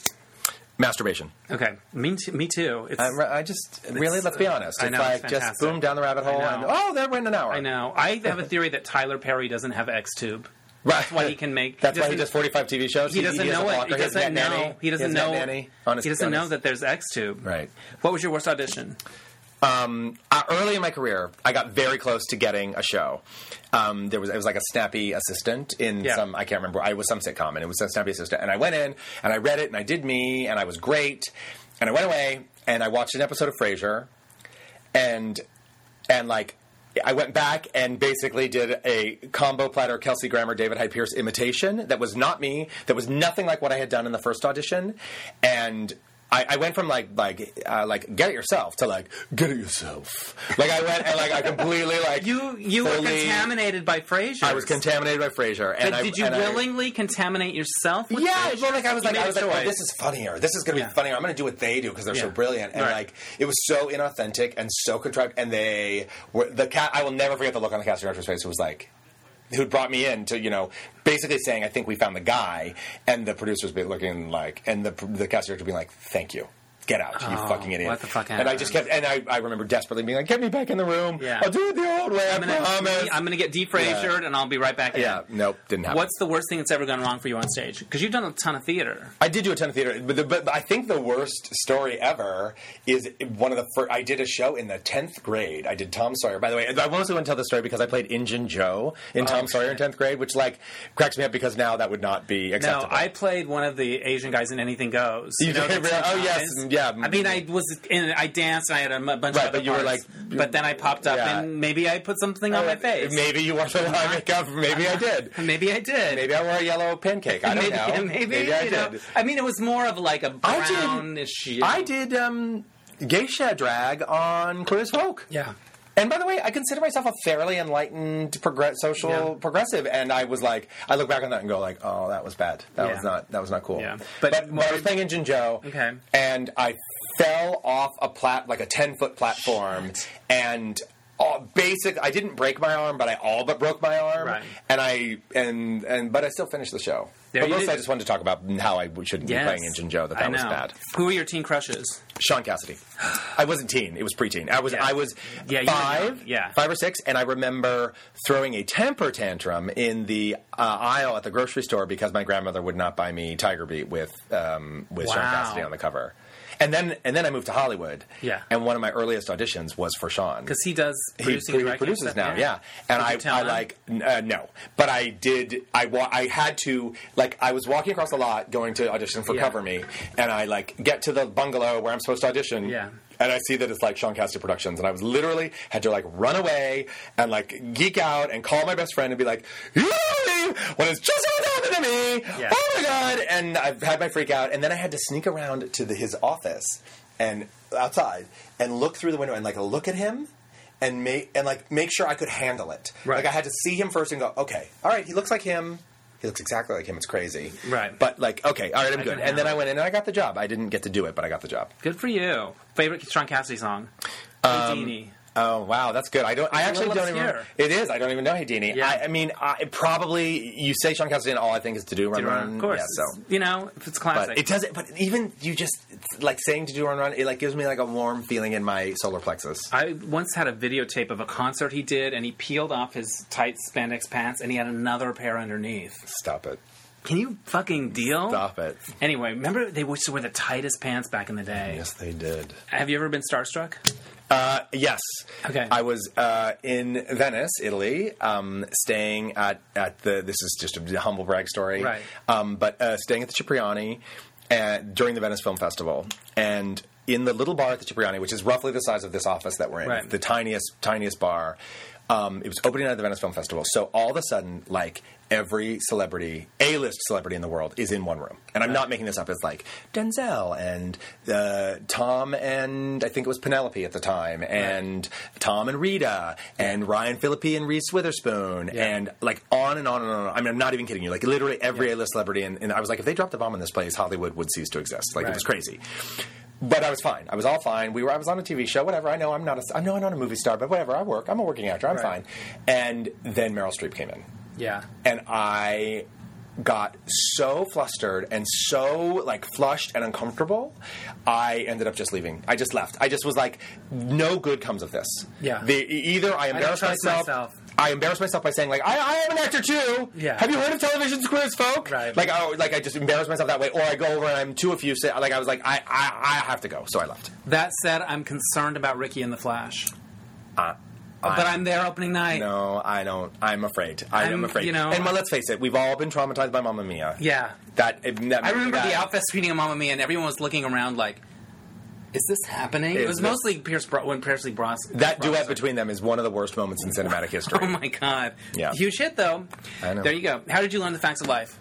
[SPEAKER 2] Masturbation.
[SPEAKER 1] Okay, me too. Me too. It's, uh,
[SPEAKER 2] I, Uh, I just really, let's be honest.
[SPEAKER 1] I
[SPEAKER 2] It's
[SPEAKER 1] know, it's
[SPEAKER 2] like just
[SPEAKER 1] fantastic.
[SPEAKER 2] boom down the rabbit hole,
[SPEAKER 1] know.
[SPEAKER 2] and oh, there went an hour.
[SPEAKER 1] I know. I have a theory that Tyler Perry doesn't have X tube.
[SPEAKER 2] Right.
[SPEAKER 1] That's why he can make.
[SPEAKER 2] (laughs) That's why he
[SPEAKER 1] doesn't-
[SPEAKER 2] does 45 TV shows.
[SPEAKER 1] He doesn't
[SPEAKER 2] has a
[SPEAKER 1] know it.
[SPEAKER 2] blocker.
[SPEAKER 1] He
[SPEAKER 2] has
[SPEAKER 1] doesn't
[SPEAKER 2] Net
[SPEAKER 1] know.
[SPEAKER 2] Nanny.
[SPEAKER 1] He doesn't
[SPEAKER 2] has Net
[SPEAKER 1] know.
[SPEAKER 2] Nanny on his-
[SPEAKER 1] He doesn't
[SPEAKER 2] on
[SPEAKER 1] know
[SPEAKER 2] his-
[SPEAKER 1] that there's X tube.
[SPEAKER 2] Right.
[SPEAKER 1] What was your worst audition?
[SPEAKER 2] uh, early in my career, I got very close to getting a show. Um, there was it was like a snappy assistant in
[SPEAKER 1] Yeah.
[SPEAKER 2] some I can't remember. I was some sitcom, and it was a snappy assistant. And I went in and I read it and I did me and I was great. And I went away and I watched an episode of Frasier, and and like I went back and basically did a combo platter Kelsey Grammer David Hyde Pierce imitation that was not me that was nothing like what I had done in the first audition and I, I went from like like uh, like get it yourself to like get it yourself like I went and like I completely like
[SPEAKER 1] You you were
[SPEAKER 2] fully-
[SPEAKER 1] contaminated by Frasier.
[SPEAKER 2] I was contaminated by Frasier and I,
[SPEAKER 1] Did you
[SPEAKER 2] and I-
[SPEAKER 1] willingly contaminate yourself? With
[SPEAKER 2] yeah,
[SPEAKER 1] Frasier?
[SPEAKER 2] well, like I was
[SPEAKER 1] You
[SPEAKER 2] like,
[SPEAKER 1] made
[SPEAKER 2] I
[SPEAKER 1] a
[SPEAKER 2] was like, oh,
[SPEAKER 1] choice.
[SPEAKER 2] this is funnier. This is going to
[SPEAKER 1] Yeah.
[SPEAKER 2] be funnier. I'm going to do what they do because they're so
[SPEAKER 1] Yeah.
[SPEAKER 2] brilliant. And
[SPEAKER 1] Right.
[SPEAKER 2] like, it was so inauthentic and so contrived. And they were the cat. I will never forget the look on the casting director's face. It was like. Who brought me in to you know basically saying I think we found the guy and the producers be looking like and the the casting director being like thank you get out you fucking idiot
[SPEAKER 1] Oh, what the fuck
[SPEAKER 2] and I just kept and I, I remember desperately being like get me back in the room
[SPEAKER 1] Yeah.
[SPEAKER 2] I'll do it the old way I
[SPEAKER 1] I'm gonna,
[SPEAKER 2] promise
[SPEAKER 1] I'm gonna get defrasiered and I'll be right back. in.
[SPEAKER 2] yeah nope didn't happen
[SPEAKER 1] What's the worst thing that's ever gone wrong for you on stage? Because you've done a ton of theater.
[SPEAKER 2] I did do a ton of theater, but, the, but I think the worst story ever is one of the first. I did a show in the tenth grade. I did Tom Sawyer. By the way, I also want to tell the story because I played Injun Joe in
[SPEAKER 1] Oh,
[SPEAKER 2] Tom Sawyer in tenth grade, which like cracks me up because now that would not be
[SPEAKER 1] No,
[SPEAKER 2] acceptable.
[SPEAKER 1] I played one of the Asian guys in Anything Goes.
[SPEAKER 2] You did,
[SPEAKER 1] the
[SPEAKER 2] really?
[SPEAKER 1] Tim
[SPEAKER 2] Oh, yes,
[SPEAKER 1] Robbins.
[SPEAKER 2] yeah.
[SPEAKER 1] I mean, I was in. I danced and I had a m- bunch of
[SPEAKER 2] Right,
[SPEAKER 1] other
[SPEAKER 2] but you were
[SPEAKER 1] parts.
[SPEAKER 2] like-
[SPEAKER 1] but then I popped up
[SPEAKER 2] Yeah. Uh,
[SPEAKER 1] and maybe I put something on my face.
[SPEAKER 2] Maybe you wore the eye makeup. Maybe I did.
[SPEAKER 1] Maybe I did.
[SPEAKER 2] Maybe I wore a yellow pancake. I don't
[SPEAKER 1] maybe,
[SPEAKER 2] know.
[SPEAKER 1] (laughs) Maybe,
[SPEAKER 2] I
[SPEAKER 1] you
[SPEAKER 2] did.
[SPEAKER 1] know, I mean, it was more of like a
[SPEAKER 2] I didn't-
[SPEAKER 1] brownish.
[SPEAKER 2] I did um, geisha drag on Clarice Folk.
[SPEAKER 1] Yeah.
[SPEAKER 2] And by the way, I consider myself a fairly enlightened progress, social
[SPEAKER 1] Yeah.
[SPEAKER 2] progressive, and I was like, I look back on that and go like, oh, that was bad. That
[SPEAKER 1] Yeah.
[SPEAKER 2] was not. That was not cool.
[SPEAKER 1] Yeah.
[SPEAKER 2] But,
[SPEAKER 1] But-
[SPEAKER 2] I was playing Injun Joe,
[SPEAKER 1] Okay.
[SPEAKER 2] and I fell off a plat like a ten foot platform, and. All, basic. I didn't break my arm, but I all but broke my arm,
[SPEAKER 1] Right.
[SPEAKER 2] and I and and but I still finished the show.
[SPEAKER 1] There
[SPEAKER 2] but
[SPEAKER 1] you
[SPEAKER 2] mostly,
[SPEAKER 1] did.
[SPEAKER 2] I just wanted to talk about how I shouldn't be
[SPEAKER 1] Yes.
[SPEAKER 2] playing Injun Joe. That
[SPEAKER 1] I
[SPEAKER 2] that was
[SPEAKER 1] know.
[SPEAKER 2] bad.
[SPEAKER 1] Who are your teen crushes?
[SPEAKER 2] Sean Cassidy. I wasn't teen; it was preteen. I was
[SPEAKER 1] Yeah.
[SPEAKER 2] I was
[SPEAKER 1] Yeah, you were
[SPEAKER 2] five,
[SPEAKER 1] young. Yeah.
[SPEAKER 2] five or six, and I remember throwing a temper tantrum in the uh, aisle at the grocery store because my grandmother would not buy me Tiger Beat with um, with Sean
[SPEAKER 1] Wow.
[SPEAKER 2] Cassidy on the cover. And then and then I moved to Hollywood.
[SPEAKER 1] Yeah.
[SPEAKER 2] And one of my earliest auditions was for Sean
[SPEAKER 1] Because he does producing and
[SPEAKER 2] he, pro-
[SPEAKER 1] directing
[SPEAKER 2] produces
[SPEAKER 1] stuff,
[SPEAKER 2] now, yeah. And
[SPEAKER 1] Did you
[SPEAKER 2] I,
[SPEAKER 1] tell
[SPEAKER 2] I
[SPEAKER 1] him?
[SPEAKER 2] like n- uh, no, but I did. I wa- I had to like I was walking across the lot going to audition for
[SPEAKER 1] Yeah.
[SPEAKER 2] Cover Me, and I like get to the bungalow where I'm supposed to audition.
[SPEAKER 1] Yeah.
[SPEAKER 2] And I see that it's like Sean Cassidy Productions, and I was literally had to like run away and like geek out and call my best friend and be like, "You know me when it's just happened to me.
[SPEAKER 1] Yeah.
[SPEAKER 2] Oh my god!" And I've had my freak out, and then I had to sneak around to the, his office and outside and look through the window and like look at him and make and like make sure I could handle it.
[SPEAKER 1] Right.
[SPEAKER 2] Like I had to see him first and go, okay, all right, he looks like him. He looks exactly like him. It's crazy.
[SPEAKER 1] Right.
[SPEAKER 2] But like, okay, all right, I'm
[SPEAKER 1] I
[SPEAKER 2] good.
[SPEAKER 1] can
[SPEAKER 2] And then I
[SPEAKER 1] handle
[SPEAKER 2] went in and I got the job. I didn't get to do it, but I got the job.
[SPEAKER 1] Good for you. Favorite Sean Cassidy song? Houdini.
[SPEAKER 2] Oh wow, that's good. I don't. I
[SPEAKER 1] a
[SPEAKER 2] actually
[SPEAKER 1] little
[SPEAKER 2] don't even.
[SPEAKER 1] obscure.
[SPEAKER 2] It is. I don't even know Houdini.
[SPEAKER 1] Yeah.
[SPEAKER 2] I, I mean, I, it probably you say Sean Cassidy, and all I think is to do run run.
[SPEAKER 1] Of course.
[SPEAKER 2] mm, Yeah, so.
[SPEAKER 1] You know, if it's classic.
[SPEAKER 2] But it doesn't. But even you just it's like saying to do run run, it like gives me like a warm feeling in my solar plexus.
[SPEAKER 1] I once had a videotape of a concert he did, and he peeled off his tight spandex pants, and he had another pair underneath.
[SPEAKER 2] Stop it.
[SPEAKER 1] Can you fucking deal?
[SPEAKER 2] Stop it.
[SPEAKER 1] Anyway, remember they used to wear the tightest pants back in the day.
[SPEAKER 2] Yes, they did.
[SPEAKER 1] Have you ever been starstruck?
[SPEAKER 2] Uh, yes.
[SPEAKER 1] Okay.
[SPEAKER 2] I was uh, in Venice, Italy, um, staying at, at the. This is just a humble brag story.
[SPEAKER 1] Right.
[SPEAKER 2] Um, but uh, staying at the Cipriani at, during the Venice Film Festival. And in the little bar at the Cipriani, which is roughly the size of this office that we're in,
[SPEAKER 1] Right.
[SPEAKER 2] the tiniest, tiniest bar, um, it was opening night of the Venice Film Festival. So all of a sudden, like, every celebrity, A list celebrity in the world, is in one room. And I'm not making this up. It's like Denzel and uh, Tom and I think it was Penelope at the time, and Tom and Rita, and Ryan Phillippe and Reese Witherspoon,
[SPEAKER 1] Yeah.
[SPEAKER 2] and like on and on and on. and on. I mean, I'm not even kidding you. Like literally every
[SPEAKER 1] Yeah.
[SPEAKER 2] A list celebrity. And, and I was like, if they dropped the bomb in this place, Hollywood would cease to exist. Like it
[SPEAKER 1] Right.
[SPEAKER 2] was crazy. But I was fine. I was all fine. We were. I was on a TV show. Whatever. I know. I'm not. A, I know. I'm not a movie star. But whatever. I work. I'm a working actor. I'm
[SPEAKER 1] Right.
[SPEAKER 2] fine. And then Meryl Streep came in
[SPEAKER 1] Yeah.
[SPEAKER 2] and I got so flustered and so like flushed and uncomfortable i ended up just leaving i just left i just was like no good comes of this
[SPEAKER 1] Yeah.
[SPEAKER 2] the, e- either i embarrass
[SPEAKER 1] trust
[SPEAKER 2] myself,
[SPEAKER 1] myself.
[SPEAKER 2] i embarrass myself by saying like i, I am an actor too
[SPEAKER 1] Yeah.
[SPEAKER 2] have you heard of television's queer folk
[SPEAKER 1] Right.
[SPEAKER 2] like I, like I just embarrass myself that way or i go over and i'm too effusive like i was like i i, I have to go so i left
[SPEAKER 1] That said, I'm concerned about Ricky and the Flash. but I'm there opening night.
[SPEAKER 2] no i don't i'm afraid i am
[SPEAKER 1] I'm-
[SPEAKER 2] afraid
[SPEAKER 1] you know,
[SPEAKER 2] and well let's face it we've all been traumatized by mamma mia
[SPEAKER 1] Yeah.
[SPEAKER 2] that, that
[SPEAKER 1] I remember
[SPEAKER 2] that,
[SPEAKER 1] the outfit screening of Mamma Mia, and everyone was looking around like, "Is this happening?"
[SPEAKER 2] Is
[SPEAKER 1] it was
[SPEAKER 2] this-
[SPEAKER 1] mostly Pierce Bro- when Pierce Lee Bros.
[SPEAKER 2] That
[SPEAKER 1] Brosnan-
[SPEAKER 2] duet between them is one of the worst moments in cinematic history.
[SPEAKER 1] (laughs) Oh my god!
[SPEAKER 2] Yeah.
[SPEAKER 1] huge hit though.
[SPEAKER 2] I know.
[SPEAKER 1] There you go. How did you learn the facts of life?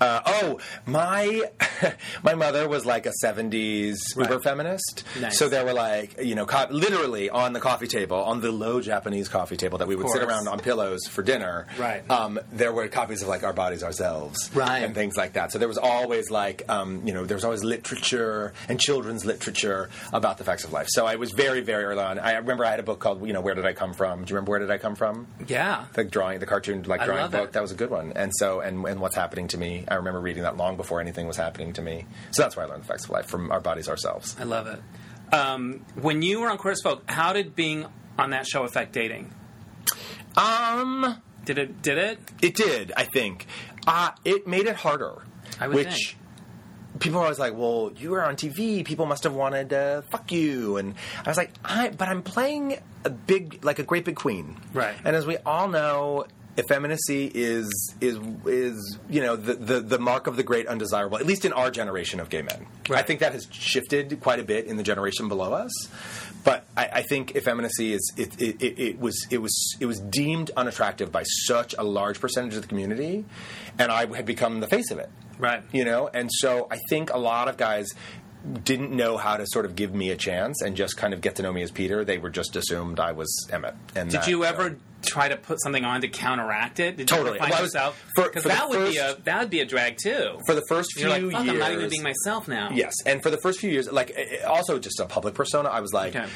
[SPEAKER 2] Uh, oh, my (laughs) my mother was like a '70s
[SPEAKER 1] Right.
[SPEAKER 2] uber feminist,
[SPEAKER 1] Nice.
[SPEAKER 2] so there were like you know, co- literally on the coffee table, on the low Japanese coffee table that we would sit
[SPEAKER 1] course.
[SPEAKER 2] around on pillows for dinner.
[SPEAKER 1] Right.
[SPEAKER 2] Um, there were copies of like Our Bodies Ourselves,
[SPEAKER 1] Right.
[SPEAKER 2] and things like that. So there was always like um, you know, there was always literature and children's literature about the facts of life. So I was very very early on. I remember I had a book called you know, Where Did I Come From? Do you remember Where Did I Come From?
[SPEAKER 1] Yeah,
[SPEAKER 2] the drawing, the cartoon like
[SPEAKER 1] I
[SPEAKER 2] drawing
[SPEAKER 1] love
[SPEAKER 2] book.
[SPEAKER 1] it.
[SPEAKER 2] That was a good one. And so, and and what's happening to me? I remember reading that long before anything was happening to me. So that's where I learned the facts of life from our bodies ourselves.
[SPEAKER 1] I love it. Um, when you were on Queer as Folk, how did being on that show affect dating?
[SPEAKER 2] Um,
[SPEAKER 1] Did it? Did it?
[SPEAKER 2] it did. I think uh, it made it harder.
[SPEAKER 1] I would
[SPEAKER 2] which people are always like, "Well, you were on TV. People must have wanted to fuck you." And I was like, "I," but I'm playing a big, like a great big queen,
[SPEAKER 1] Right.
[SPEAKER 2] And as we all know. Effeminacy is is is you know the, the the mark of the great undesirable at least in our generation of gay men. I
[SPEAKER 1] Right.
[SPEAKER 2] think that has shifted quite a bit in the generation below us, but I, I think effeminacy is it, it, it, it was it was it was deemed unattractive by such a large percentage of the community, and I had become the face of it
[SPEAKER 1] Right.
[SPEAKER 2] you know and so i think a lot of guys didn't know how to sort of give me a chance and just kind of get to know me as Peter. They were just assumed I was Emmett. And
[SPEAKER 1] Did
[SPEAKER 2] that,
[SPEAKER 1] you
[SPEAKER 2] uh,
[SPEAKER 1] ever try to put something on to counteract it? Did
[SPEAKER 2] Totally.
[SPEAKER 1] You ever
[SPEAKER 2] Well, I
[SPEAKER 1] find
[SPEAKER 2] was-
[SPEAKER 1] yourself
[SPEAKER 2] for-
[SPEAKER 1] because
[SPEAKER 2] for the
[SPEAKER 1] that would be a
[SPEAKER 2] first-
[SPEAKER 1] that would be a drag too.
[SPEAKER 2] for the first few
[SPEAKER 1] You're like, fuck,
[SPEAKER 2] years?
[SPEAKER 1] I'm not even being myself now.
[SPEAKER 2] Yes, and for the first few years, like eh, eh, also just a public persona, I was like,
[SPEAKER 1] Okay.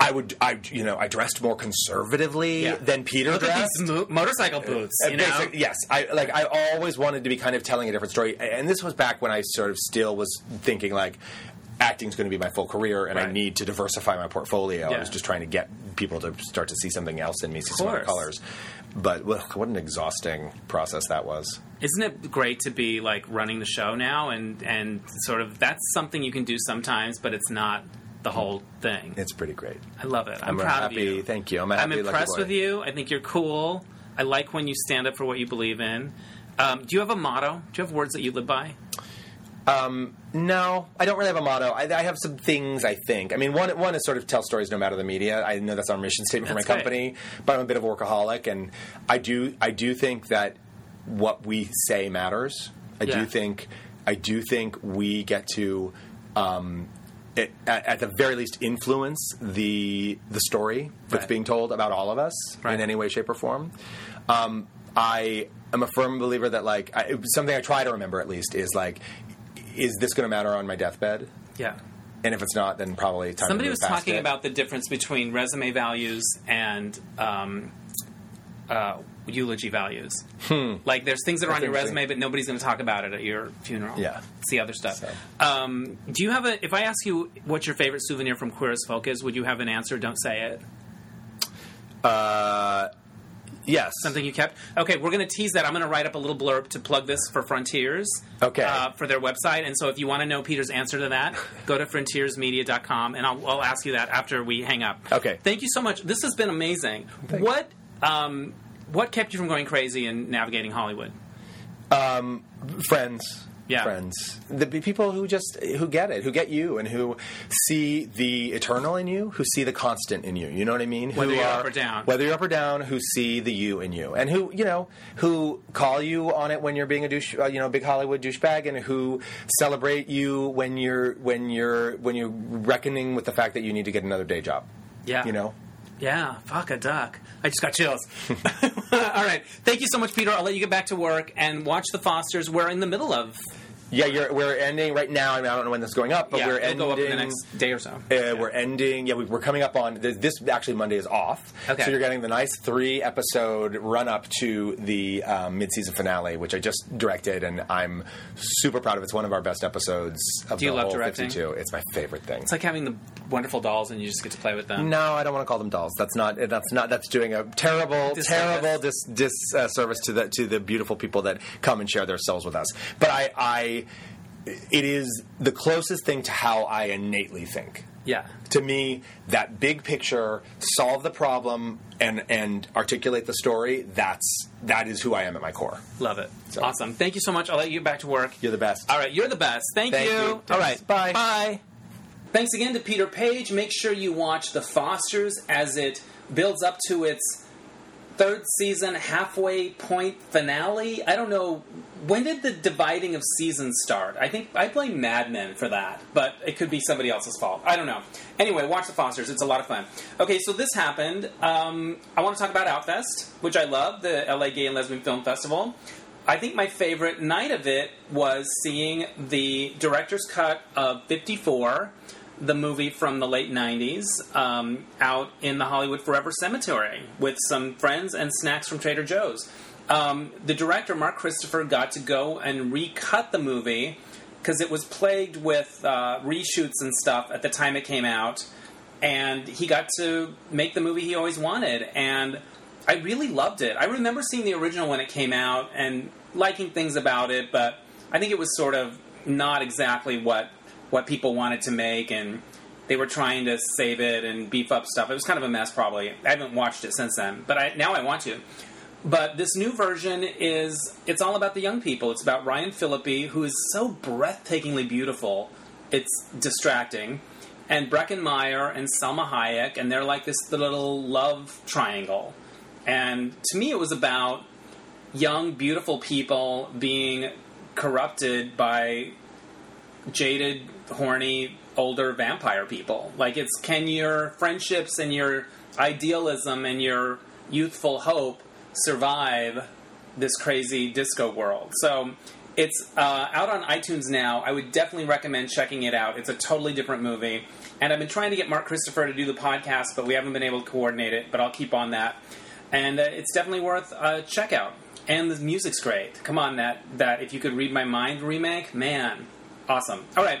[SPEAKER 2] I would, I you know, I dressed more conservatively
[SPEAKER 1] Yeah.
[SPEAKER 2] than Peter
[SPEAKER 1] Look
[SPEAKER 2] dressed.
[SPEAKER 1] at these mo- motorcycle boots.
[SPEAKER 2] Uh,
[SPEAKER 1] (laughs) You know.
[SPEAKER 2] basic- yes, I like. I always wanted to be kind of telling a different story, A- and this was back when I sort of still was thinking like acting's going to be my full career, and I
[SPEAKER 1] Right.
[SPEAKER 2] need to diversify my portfolio. I
[SPEAKER 1] Yeah.
[SPEAKER 2] was just trying to get people to start to see something else in me, see some other
[SPEAKER 1] course.
[SPEAKER 2] colors. But well, what an exhausting process that was.
[SPEAKER 1] Isn't it great to be like running the show now and and sort of that's something you can do sometimes, but it's not the whole thing.
[SPEAKER 2] It's pretty great.
[SPEAKER 1] I love it. I'm,
[SPEAKER 2] I'm
[SPEAKER 1] proud
[SPEAKER 2] happy.
[SPEAKER 1] of you.
[SPEAKER 2] Thank you. I'm, a
[SPEAKER 1] I'm
[SPEAKER 2] happy, lucky
[SPEAKER 1] impressed
[SPEAKER 2] boy.
[SPEAKER 1] with you. I think you're cool. I like when you stand up for what you believe in. Um, do you have a motto? Do you have words that you live by?
[SPEAKER 2] No, I don't really have a motto. I, I have some things I think. I mean, one one is sort of tell stories no matter the media. I know that's our mission statement
[SPEAKER 1] That's
[SPEAKER 2] for my
[SPEAKER 1] right.
[SPEAKER 2] company, but I'm a bit of a workaholic, and I do I do think that what we say matters. I
[SPEAKER 1] Yeah.
[SPEAKER 2] do think I do think we get to. Um, it, at, at the very least, influence the the story that's
[SPEAKER 1] Right.
[SPEAKER 2] being told about all of us
[SPEAKER 1] Right.
[SPEAKER 2] in any way, shape, or form. Um, I am a firm believer that like I, it was something I try to remember at least is like, is this going to matter on my deathbed?
[SPEAKER 1] Yeah.
[SPEAKER 2] And if it's not, then probably time.
[SPEAKER 1] Somebody
[SPEAKER 2] to move
[SPEAKER 1] was
[SPEAKER 2] past
[SPEAKER 1] talking
[SPEAKER 2] it.
[SPEAKER 1] about the difference between resume values and um, uh, eulogy values. Like, there's things that are on your
[SPEAKER 2] Hmm. interesting.
[SPEAKER 1] resume, but nobody's going to talk about it at your funeral.
[SPEAKER 2] Yeah.
[SPEAKER 1] It's the other stuff.
[SPEAKER 2] So.
[SPEAKER 1] Um, do you have a, if I ask you what your favorite souvenir from Queer as Folk is, would you have an answer? Don't say it.
[SPEAKER 2] yes,
[SPEAKER 1] Something you kept? Okay, we're going to tease that. I'm going to write up a little blurb to plug this for Frontiers.
[SPEAKER 2] Okay.
[SPEAKER 1] Uh, for their website. And so if you want to know Peter's answer to
[SPEAKER 2] (laughs)
[SPEAKER 1] that, go to frontiersmedia.com and I'll, I'll ask you that after we hang up.
[SPEAKER 2] Okay.
[SPEAKER 1] Thank you so much. This has been amazing. What, um, what kept you from going crazy and navigating Hollywood?
[SPEAKER 2] friends.
[SPEAKER 1] Yeah.
[SPEAKER 2] friends. The p- people who just who get it, who get you, and who see the eternal in you, who see the constant in you. You know what I mean? Who
[SPEAKER 1] Whether you're up or down.
[SPEAKER 2] Whether you're up or down, who see the you in you, and who you know, who call you on it when you're being a douche, uh, you know, big Hollywood douchebag, and who celebrate you when you're when you're when you're reckoning with the fact that you need to get another day job.
[SPEAKER 1] Yeah.
[SPEAKER 2] You know.
[SPEAKER 1] Yeah, fuck a duck. I just got chills. (laughs) All right. Thank you so much, Peter. I'll let you get back to work and watch The Fosters. We're in the middle of.
[SPEAKER 2] Yeah, you're, we're ending right now. I, mean, I don't know when this is going up, but
[SPEAKER 1] yeah,
[SPEAKER 2] we're
[SPEAKER 1] it'll
[SPEAKER 2] ending.
[SPEAKER 1] go up in the next day or so.
[SPEAKER 2] Uh, We're ending. Yeah, we, we're coming up on th- this. Actually, Monday is off,
[SPEAKER 1] Okay.
[SPEAKER 2] so you're getting the nice three episode run up to the um, mid season finale, which I just directed, and I'm super proud of. It's one of our best episodes of
[SPEAKER 1] Do you
[SPEAKER 2] the
[SPEAKER 1] love
[SPEAKER 2] whole
[SPEAKER 1] directing?
[SPEAKER 2] 52. It's my favorite thing.
[SPEAKER 1] It's like having the wonderful dolls and you just get to play with them.
[SPEAKER 2] no, I don't want to call them dolls. That's not. That's not. That's doing a terrible,
[SPEAKER 1] Disservice.
[SPEAKER 2] terrible dis, dis uh, service to the to the beautiful people that come and share their selves with us. But I, I, it is the closest thing to how I innately think
[SPEAKER 1] Yeah.
[SPEAKER 2] to me that big picture solve the problem and and articulate the story that's that is who i am at my core
[SPEAKER 1] Love it. Awesome. Thank you so much. I'll let you get back to work.
[SPEAKER 2] you're the best
[SPEAKER 1] All right, you're the best. Thank,
[SPEAKER 2] Thank
[SPEAKER 1] you.
[SPEAKER 2] you.
[SPEAKER 1] All right,
[SPEAKER 2] Bye.
[SPEAKER 1] Bye. Thanks again to Peter Page. Make sure you watch The Fosters as it builds up to its third season halfway point finale. I don't know when did the dividing of seasons start. I think I blame Mad Men for that, but it could be somebody else's fault. I don't know. Anyway, watch The Fosters. It's a lot of fun. Okay, so this happened. Um, I want to talk about Outfest, which I love, the LA Gay and Lesbian Film Festival. I think my favorite night of it was seeing the director's cut of 54, the movie from the late 90s, um, out in the Hollywood Forever Cemetery with some friends and snacks from Trader Joe's. Um, the director, Mark Christopher, got to go and recut the movie because it was plagued with uh, reshoots and stuff at the time it came out and he got to make the movie he always wanted and i really loved it i remember seeing the original when it came out and liking things about it but i think it was sort of not exactly what what people wanted to make and they were trying to save it and beef up stuff it was kind of a mess probably i haven't watched it since then but I, now i want to but this new version is it's all about the young people. It's about Ryan Phillippe, who is so breathtakingly beautiful. It's distracting. And Breckin Meyer and Selma Hayek, and they're like this little love triangle. And to me, it was about young, beautiful people being corrupted by jaded, horny, older vampire people. Like it's can your friendships and your idealism and your youthful hope survive this crazy disco world? So it's uh, out on iTunes now. I would definitely recommend checking it out. It's a totally different movie. And I've been trying to get Mark Christopher to do the podcast, but we haven't been able to coordinate it. But I'll keep on that. And uh, it's definitely worth a check out. And the music's great. Come on, that that if you could read my mind remake, man, awesome. All right,